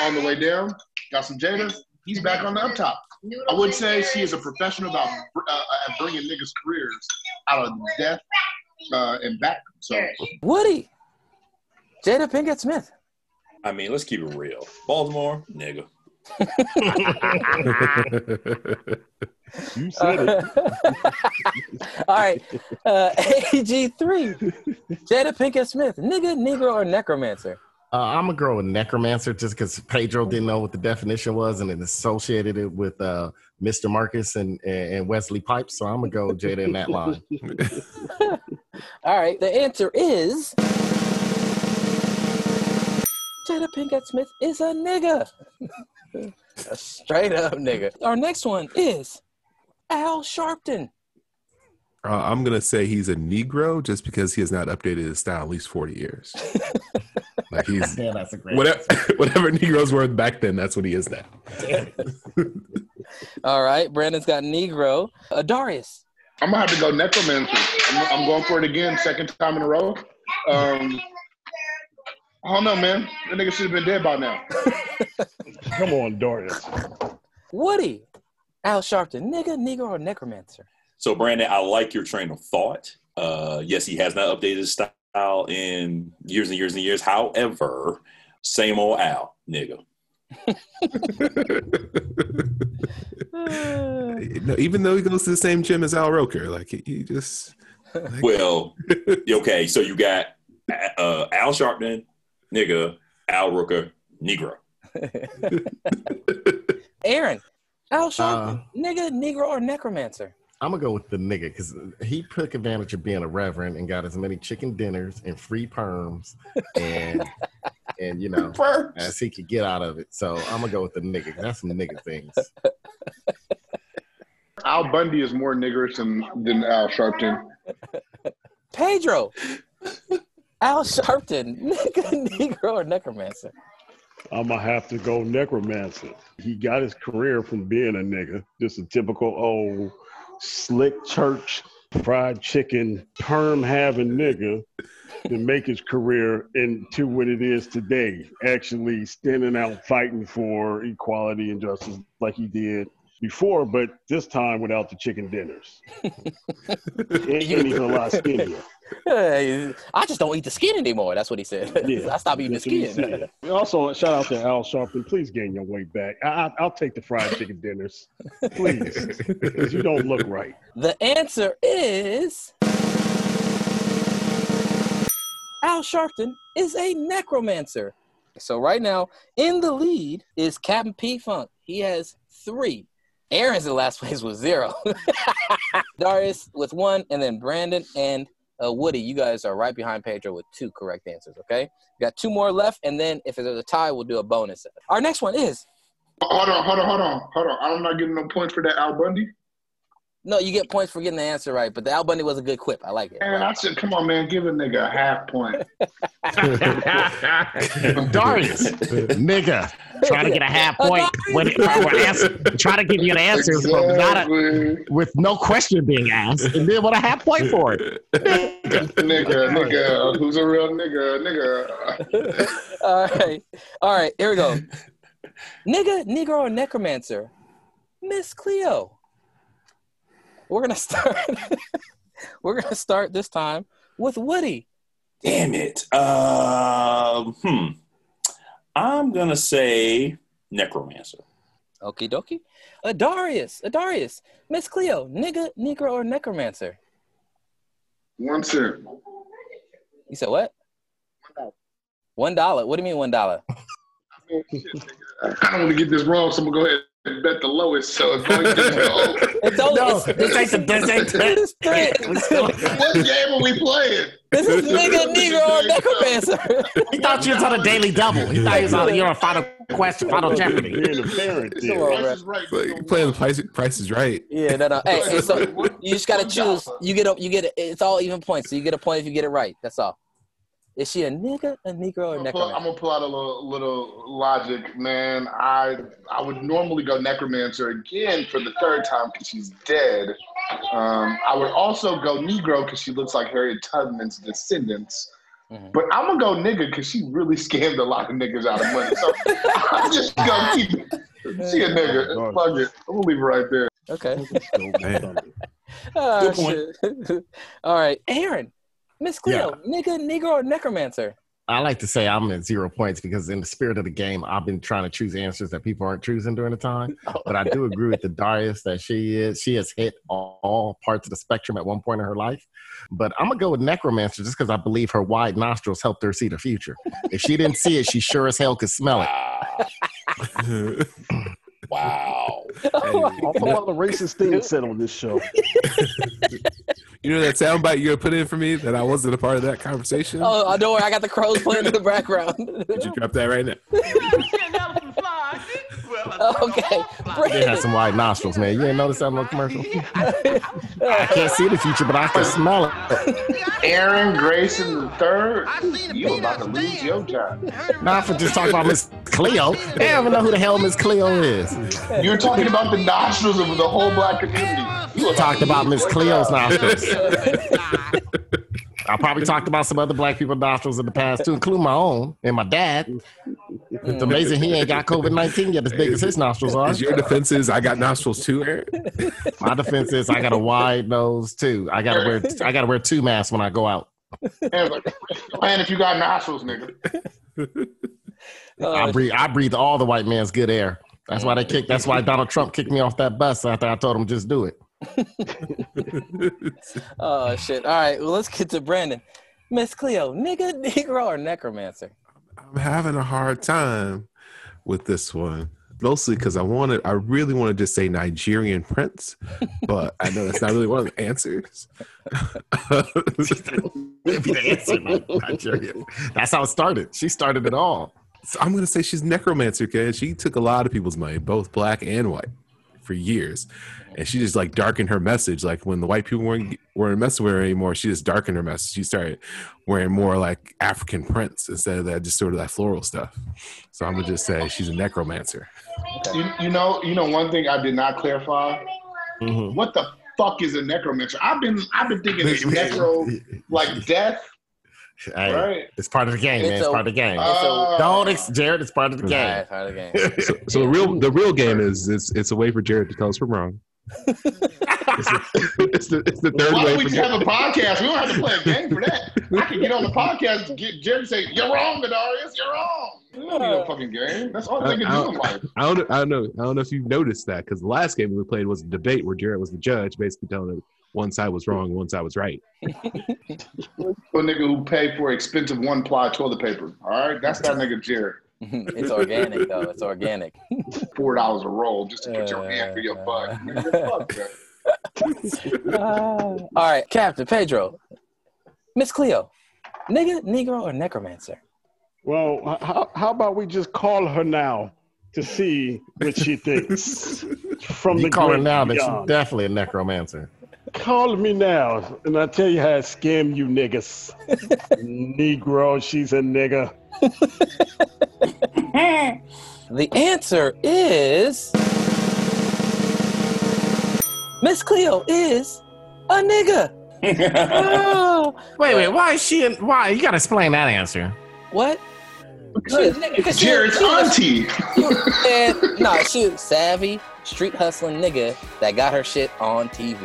Speaker 28: on the way down. Got some Jada. He's back on the up top. I would say she is a professional about br- uh, at bringing niggas' careers out of death uh, and back. So
Speaker 6: Woody, Jada Pinkett Smith.
Speaker 25: I mean, let's keep it real. Baltimore, nigga.
Speaker 16: you
Speaker 6: All right, uh, AG3, Jada Pinkett Smith, nigga, Negro, or necromancer?
Speaker 8: Uh, I'm gonna go with necromancer just because Pedro didn't know what the definition was and it associated it with uh, Mr. Marcus and, and Wesley Pipes. So I'm gonna go with Jada in that line.
Speaker 6: All right, the answer is Jada Pinkett Smith is a nigga. a straight up nigga. Our next one is Al Sharpton.
Speaker 26: Uh, I'm gonna say he's a Negro just because he has not updated his style in at least 40 years. like he's
Speaker 8: Yeah, that's a great.
Speaker 26: whatever, whatever Negroes were back then, that's what he is now.
Speaker 6: All right, Brandon's got Negro. uh, Adarius.
Speaker 28: I'm gonna have to go Necromancer. I'm, I'm going for it again, second time in a row. Um, I don't know, man. That nigga should have been dead by now.
Speaker 16: Come on, Darius.
Speaker 6: Woody. Al Sharpton, nigga, Negro, or necromancer?
Speaker 25: So, Brandon, I like your train of thought. Uh, yes, he has not updated his style in years and years and years. However, same old Al, nigga.
Speaker 26: No, even though he goes to the same gym as Al Roker, like he, he just
Speaker 25: Well, okay, so you got uh, Al Sharpton, nigga, Al Rooker, Negro.
Speaker 6: Aaron. Al
Speaker 8: Uh,
Speaker 6: Sharpton, nigga, Negro, or necromancer?
Speaker 8: I'm gonna go with the nigga because he took advantage of being a reverend and got as many chicken dinners and free perms and and you know
Speaker 25: Perms.
Speaker 8: as he could get out of it. So I'm gonna go with the nigga. 'cause That's some nigga things.
Speaker 28: Al Bundy is more niggerish than, than Al Sharpton.
Speaker 6: Pedro. Al Sharpton, nigga, Negro, or necromancer?
Speaker 16: I'm gonna have to go necromancer. He got his career from being a nigga, just a typical old slick church fried chicken perm having nigga to make his career into what it is today. Actually, standing out fighting for equality and justice like he did before, but this time without the chicken dinners. and he's a lot skinnier.
Speaker 6: Hey, I just don't eat the skin anymore. That's what he said.
Speaker 16: Yeah,
Speaker 6: I stopped eating the
Speaker 16: that's what he
Speaker 6: skin.
Speaker 16: said. also, shout out to Al Sharpton. Please gain your weight back. I, I, I'll take the fried chicken dinners, please, 'Cause you don't look right.
Speaker 6: The answer is Al Sharpton is a necromancer. So right now, in the lead is Captain P Funk. He has three. Aaron's in last place with zero. Darius with one, and then Brandon and uh, Woody. You guys are right behind Pedro with two correct answers. Okay, we got two more left, and then if there's a tie, we'll do a bonus. Our next one is
Speaker 28: Hold on, hold on, hold on, hold on. I'm not getting no points for that Al Bundy.
Speaker 6: no. You get points for getting the answer right, but the Al Bundy was a good quip. I like it.
Speaker 28: Man, I said, come on, man, give a nigga a half point.
Speaker 8: Darius, nigga, trying to get a half point when when answer, trying to give you an answer from not a, with no question being asked, and then what a half point for it.
Speaker 28: nigga, nigga, who's a real nigga, nigga?
Speaker 6: All right, all right. Here we go. Nigga, Negro, or Necromancer, Miss Cleo. We're gonna start. we're gonna start this time with Woody.
Speaker 25: Damn it. Uh, hmm. I'm gonna say necromancer.
Speaker 6: Okie dokie. Adarius, Adarius, Miss Cleo, nigga, Negro, or Necromancer.
Speaker 28: One cent.
Speaker 6: You said what? One dollar. What do you mean one dollar?
Speaker 28: I don't want to get this wrong, so I'm gonna go ahead and bet the lowest. So if I get
Speaker 6: It's only, no,
Speaker 8: this ain't the this ain't the-
Speaker 28: what game are we playing?
Speaker 6: This is nigga, Negro, or Necromancer.
Speaker 8: He thought you was on a daily double. He thought you was on you're on final question, final jeopardy.
Speaker 16: You're in a parent,
Speaker 26: Like, playing the price, price is right.
Speaker 6: Yeah, no, no. Hey, hey, so you just gotta choose. You get a, you get a, it's all even points. So you get a point if you get it right. That's all. Is she a nigga, a negro, or
Speaker 28: I'm gonna pull- I'm
Speaker 6: necromancer?
Speaker 28: gonna pull out a little, little logic, man. I I would normally go necromancer again for the third time because she's dead. Um, I would also go negro because she looks like Harriet Tubman's descendants.
Speaker 6: Mm-hmm.
Speaker 28: But I'm gonna go nigga because she really scammed a lot of niggas out of money. So I'm just gonna keep it. She a nigga. Fuck it. I'm gonna leave it right there.
Speaker 6: Okay.
Speaker 26: Man.
Speaker 6: Oh,
Speaker 28: Good point.
Speaker 6: shit. all right, Aaron, Miss Cleo, nigga, negro, or necromancer?
Speaker 8: I like to say I'm at zero points because in the spirit of the game, I've been trying to choose answers that people aren't choosing during the time. But I do agree with the Darius that she is she has hit all, all parts of the spectrum at one point in her life. But I'm gonna go with necromancer just because I believe her wide nostrils helped her see the future. If she didn't see it, she sure as hell could smell it.
Speaker 25: wow.
Speaker 16: Awful lot of racist things said on this show.
Speaker 26: You know that soundbite you put in for me that I wasn't a part of that conversation?
Speaker 6: Oh, don't worry, I got the crows playing in the background.
Speaker 26: Could you drop that right now?
Speaker 6: okay,
Speaker 8: They had some wide nostrils, man. You ain't notice that in the commercial? I can't see the future, but I can smell it.
Speaker 28: Aaron Grayson the third. You about to lose your job.
Speaker 8: Not for just talking about Miss Cleo. They don't even know who the hell Miss Cleo is.
Speaker 28: You're talking about the nostrils of the whole black community. You
Speaker 8: talked about Miss Cleo's nostrils. I probably talked about some other black people nostrils in the past too, including my own and my dad. It's amazing he ain't got COVID nineteen yet as big as his nostrils are.
Speaker 26: Is your defense is I got nostrils too, Eric?
Speaker 8: My defense is I got a wide nose too. I gotta wear I gotta wear two masks when I go out.
Speaker 28: Man, if you got nostrils, nigga.
Speaker 8: I breathe I breathe all the white man's good air. That's why they kicked that's why Donald Trump kicked me off that bus after I told him just do it.
Speaker 6: Oh shit! All right, well let's get to Brandon. Miss Cleo, nigga, negro, or necromancer?
Speaker 26: I'm having a hard time with this one. Mostly because I wanted, I really want to just say Nigerian prince, but I know that's not really one of the answers.
Speaker 8: That'd be the answer, man. Nigerian. That's how it started. She started it all.
Speaker 26: So I'm gonna say she's necromancer because she took a lot of people's money, both black and white, for years, and she just like darkened her message. Like when the white people weren't weren't messing with her anymore, she just darkened her message. She started wearing more like African prints instead of that just sort of that floral stuff. So I'm gonna just say she's a necromancer.
Speaker 28: You, you know, you know one thing I did not clarify.
Speaker 26: Mm-hmm.
Speaker 28: What the fuck is a necromancer? I've been I've been thinking it's necro like death
Speaker 8: Hey,
Speaker 28: Right.
Speaker 8: It's part of the game,
Speaker 28: It's
Speaker 8: man. It's
Speaker 28: a-
Speaker 8: part of the game.
Speaker 28: it's a-
Speaker 8: Don't, ex- Jared. It's part of the game.
Speaker 29: Alright, part of the game.
Speaker 26: So, so the real the real game is it's it's a way for Jared to tell us we're wrong. it's, the, it's the third
Speaker 28: Why
Speaker 26: way.
Speaker 28: don't we
Speaker 26: for
Speaker 28: just
Speaker 26: Jared-
Speaker 28: have a podcast? We don't have to play a game for that. I can get on the podcast, and get Jerry to say, You're wrong, Gadarius, you're wrong. We don't need no fucking game. That's all
Speaker 26: Uh, I, I,
Speaker 28: they can do in
Speaker 26: don't,
Speaker 28: life.
Speaker 26: I don't I don't know I don't know if you noticed that because the last game we played was a debate where Jared was the judge, basically telling him one side was wrong, and one side was right.
Speaker 28: For a nigga who paid for expensive one ply toilet paper. All right, that's that nigga Jared.
Speaker 29: It's organic though. It's organic. Uh,
Speaker 28: Four dollars a roll just to put your hand through your butt. Nigga, fuck that.
Speaker 29: All right, Captain Pedro, Miss Cleo, nigga, Negro, or necromancer?
Speaker 16: Well, h- how, how about we just call her now to see what she thinks from
Speaker 8: You
Speaker 16: the
Speaker 8: call her
Speaker 16: great
Speaker 8: now, but she's
Speaker 16: beyond.
Speaker 8: definitely a necromancer.
Speaker 16: Call me now, and I tell you how I scam you niggas. Negro, she's a nigga.
Speaker 29: the answer is Miss Cleo is a nigga. Oh.
Speaker 8: Wait, wait. Why is she? In, why you got to explain that answer?
Speaker 29: What? She's a nigga 'cause she-
Speaker 28: Jared's
Speaker 29: she was-
Speaker 28: auntie.
Speaker 29: and no, she was savvy, street hustling nigga that got her shit on TV.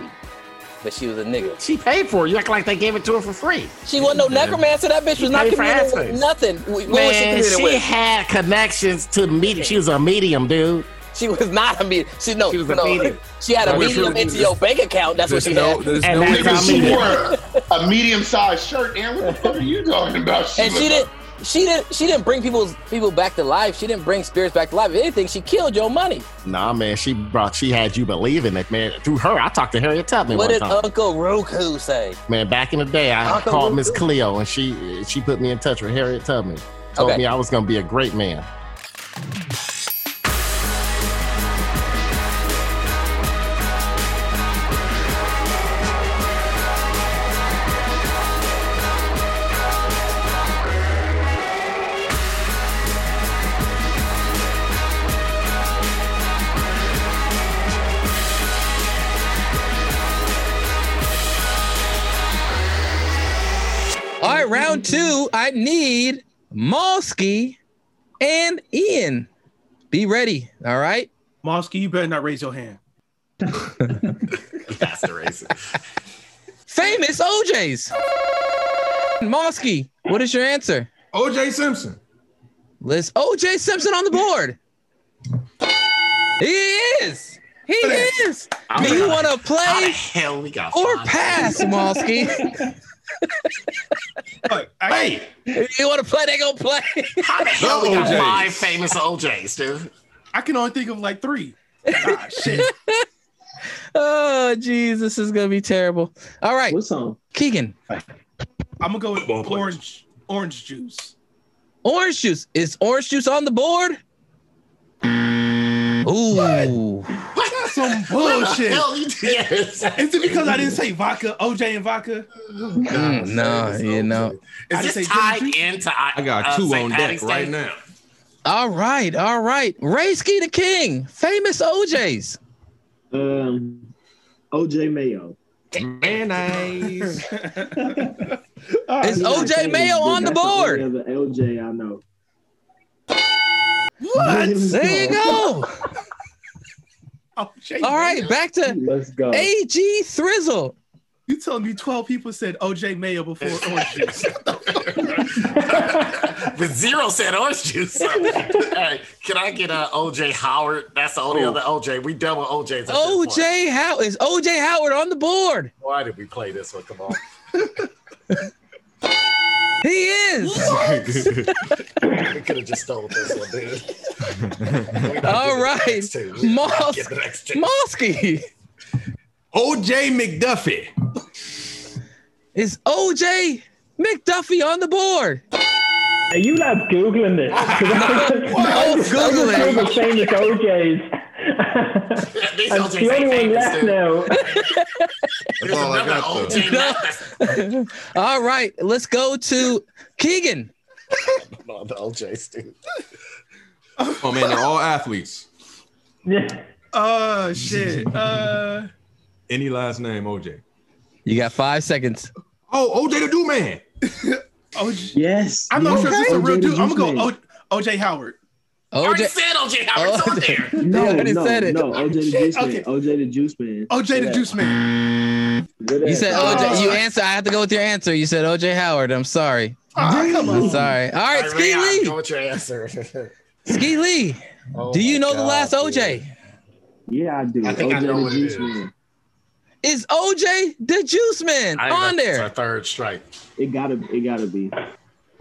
Speaker 29: But she was a nigga.
Speaker 8: She paid for it. You act like they gave it to her for free.
Speaker 29: She wasn't no necromancer. That bitch was not
Speaker 8: Paid for
Speaker 29: communing with
Speaker 8: assets.
Speaker 29: nothing. What was she
Speaker 8: Man,
Speaker 29: communing
Speaker 8: she
Speaker 29: with?
Speaker 8: had connections to media. She was a medium, dude.
Speaker 29: she was not a medium. She no. She
Speaker 8: was a
Speaker 29: no.
Speaker 8: medium.
Speaker 29: She had a
Speaker 8: Well, there's
Speaker 29: medium
Speaker 8: no-
Speaker 29: into your bank account. That's what
Speaker 8: there's
Speaker 29: she
Speaker 8: no-
Speaker 29: had.
Speaker 8: there's And no that's
Speaker 28: Nigga,
Speaker 8: how
Speaker 28: she
Speaker 8: many-
Speaker 28: wore a medium sized shirt, and what the fuck are you talking about?
Speaker 29: and she
Speaker 28: looked
Speaker 29: didn't. She didn't. She didn't bring people's people back to life. She didn't bring spirits back to life. If anything, she killed your money.
Speaker 8: Nah, man. She brought. She had you believing it, man. Through her, I talked to Harriet Tubman
Speaker 29: what
Speaker 8: one
Speaker 29: did
Speaker 8: time.
Speaker 29: Uncle Roku say?
Speaker 8: Man, back in the day, I
Speaker 29: Uncle
Speaker 8: called
Speaker 29: Luke.
Speaker 8: Miss Cleo, and she she put me in touch with Harriet Tubman. Told
Speaker 29: Okay.
Speaker 8: me I was gonna be a great man.
Speaker 6: All right, round two. I need Malski and Ian. Be ready. All right.
Speaker 23: Mosky, you better not raise your hand.
Speaker 8: That's the racist.
Speaker 6: Famous OJ's. Malski, what is your answer?
Speaker 23: OJ Simpson.
Speaker 6: Let's OJ Simpson on the board. He is. He is. Do you want to play
Speaker 8: hell we got
Speaker 6: or pass, Malski?
Speaker 8: Hey,
Speaker 6: if you want to play, they gonna play.
Speaker 8: How the hell we got
Speaker 23: OJs.
Speaker 8: five famous OJs, dude?
Speaker 23: I can only think of like three.
Speaker 6: oh, jeez, this is gonna be terrible. All right. What's
Speaker 23: on?
Speaker 6: Keegan.
Speaker 23: I'm gonna go with orange orange juice.
Speaker 6: Orange juice. Is orange juice on the board? Ooh.
Speaker 23: That's some
Speaker 8: What the
Speaker 23: bullshit.
Speaker 8: hell you did? Yes.
Speaker 23: Is it because I didn't say vodka, OJ and vodka?
Speaker 6: Mm, no, you know.
Speaker 23: I
Speaker 8: Is
Speaker 23: just say
Speaker 8: this tied into? I
Speaker 7: got
Speaker 8: uh,
Speaker 7: two
Speaker 8: St.
Speaker 7: on
Speaker 8: Patty's
Speaker 7: deck right
Speaker 8: Day?
Speaker 7: now.
Speaker 6: All right, all right. Ray Ski the King, famous OJ's.
Speaker 1: Um, OJ Mayo.
Speaker 8: Mayonnaise.
Speaker 6: Is OJ Mayo on the board?
Speaker 1: The LJ I know.
Speaker 23: What?
Speaker 6: There you go.
Speaker 23: OJ
Speaker 6: All right,
Speaker 23: Mayo.
Speaker 6: back to
Speaker 1: Let's go.
Speaker 6: AG Thrizzle.
Speaker 23: You telling me 12 people said OJ Mayo before orange juice.
Speaker 8: But zero said orange juice. So. hey, can I get uh, OJ Howard? That's the only other OJ. We done with OJ's. at this point.
Speaker 6: OJ Howard is OJ Howard on the board.
Speaker 8: Why did we play this one? Come on.
Speaker 6: He is.
Speaker 8: we could have just stole this one, dude.
Speaker 6: All right, Mos- Mosky.
Speaker 7: OJ McDuffie.
Speaker 6: Is OJ McDuffie on the board?
Speaker 1: Are you not googling this?
Speaker 6: I'm Googling.
Speaker 1: Google famous OJs.
Speaker 8: These
Speaker 1: I'm
Speaker 8: OJs
Speaker 1: the only
Speaker 8: ain't
Speaker 1: one
Speaker 8: famous,
Speaker 1: Um, left
Speaker 8: dude.
Speaker 1: now.
Speaker 8: There's another OJ.
Speaker 6: No. All right, let's go to Keegan.
Speaker 8: No, the OJs, dude.
Speaker 7: Oh man, they're all athletes.
Speaker 23: Oh shit. Uh
Speaker 7: Any last name, OJ.
Speaker 6: You got five seconds.
Speaker 7: Oh, OJ the Do Man.
Speaker 4: OJ.
Speaker 30: Yes.
Speaker 4: I'm not
Speaker 30: yes,
Speaker 4: sure if this is a
Speaker 30: OJ
Speaker 4: real
Speaker 30: the
Speaker 4: dude. I'm gonna
Speaker 30: Juice
Speaker 4: go o- OJ Howard.
Speaker 6: OJ.
Speaker 4: already
Speaker 8: said OJ Howard.
Speaker 4: It's on
Speaker 6: there.
Speaker 30: Oh. No,
Speaker 4: already
Speaker 30: no,
Speaker 4: said it.
Speaker 30: no. OJ the Juice Man.
Speaker 4: Okay.
Speaker 30: OJ the Juice Man.
Speaker 4: OJ the Oh, Juice Oh, Man.
Speaker 6: You said OJ.
Speaker 1: Uh,
Speaker 6: You answer. I have to go with your answer. You said OJ Howard. I'm sorry.
Speaker 4: Ah, come
Speaker 6: I'm
Speaker 4: on.
Speaker 6: sorry. All right, Ski
Speaker 8: Ray,
Speaker 6: Lee.
Speaker 8: Go with your
Speaker 4: oh.
Speaker 8: answer.
Speaker 6: Ski Lee.
Speaker 8: Oh
Speaker 6: do you
Speaker 8: my
Speaker 6: know the
Speaker 8: God,
Speaker 6: last
Speaker 8: dude.
Speaker 6: OJ?
Speaker 30: Yeah, I do.
Speaker 8: I think I
Speaker 30: OJ
Speaker 8: know
Speaker 30: the
Speaker 8: what it
Speaker 30: Juice
Speaker 8: is.
Speaker 30: Man.
Speaker 6: Is OJ the Juice Man
Speaker 30: I- that's
Speaker 6: on there?
Speaker 30: a third strike. It gotta. It gotta be.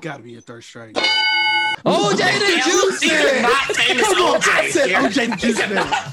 Speaker 4: Gotta be a third strike. Oh,
Speaker 6: OJ the
Speaker 8: Yeah,
Speaker 6: Juice
Speaker 8: these are
Speaker 6: Man.
Speaker 8: not famous
Speaker 4: Come on, I
Speaker 8: OJs
Speaker 4: said
Speaker 8: here.
Speaker 4: OJ the Juice Man.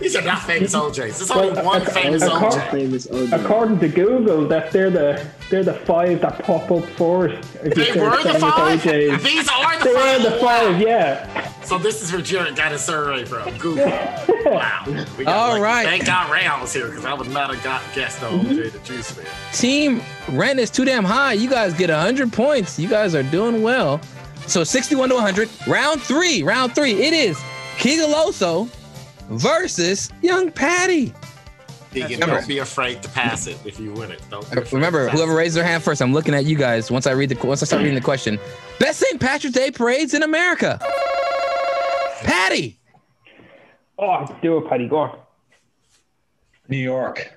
Speaker 8: These are not famous OJs. There's only
Speaker 7: uh,
Speaker 8: one famous
Speaker 30: Accord-
Speaker 8: OJ.
Speaker 30: famous OJ.
Speaker 7: According to Google, that they're the they're the five that pop up first. If you
Speaker 8: They
Speaker 7: search
Speaker 8: were the
Speaker 7: famous
Speaker 8: five?
Speaker 7: OJs.
Speaker 8: These are the
Speaker 7: they
Speaker 8: five.
Speaker 7: were the five, yeah.
Speaker 8: So this is where Jared got his survey from. Google. wow. We got
Speaker 6: All
Speaker 8: lucky.
Speaker 6: right.
Speaker 8: Thank God Rounds here because I would not have got guessed on
Speaker 7: Mm-hmm.
Speaker 8: OJ the Juice Man.
Speaker 6: Team rent is too damn high. You guys get 100 points. You guys are doing well. So 61 to 100. Round three. Round three. It is Kigaloso versus Young Patty.
Speaker 8: Deegan,
Speaker 6: Remember-
Speaker 8: don't be afraid to pass it if you win it. Don't be afraid
Speaker 6: Remember,
Speaker 8: to pass
Speaker 6: whoever raised their hand first, I'm looking at you guys. Once I read the once I start reading the question, best St. Patrick's Day parades in America. Patty,
Speaker 7: Oh, do it, Patty. Go on.
Speaker 31: New York.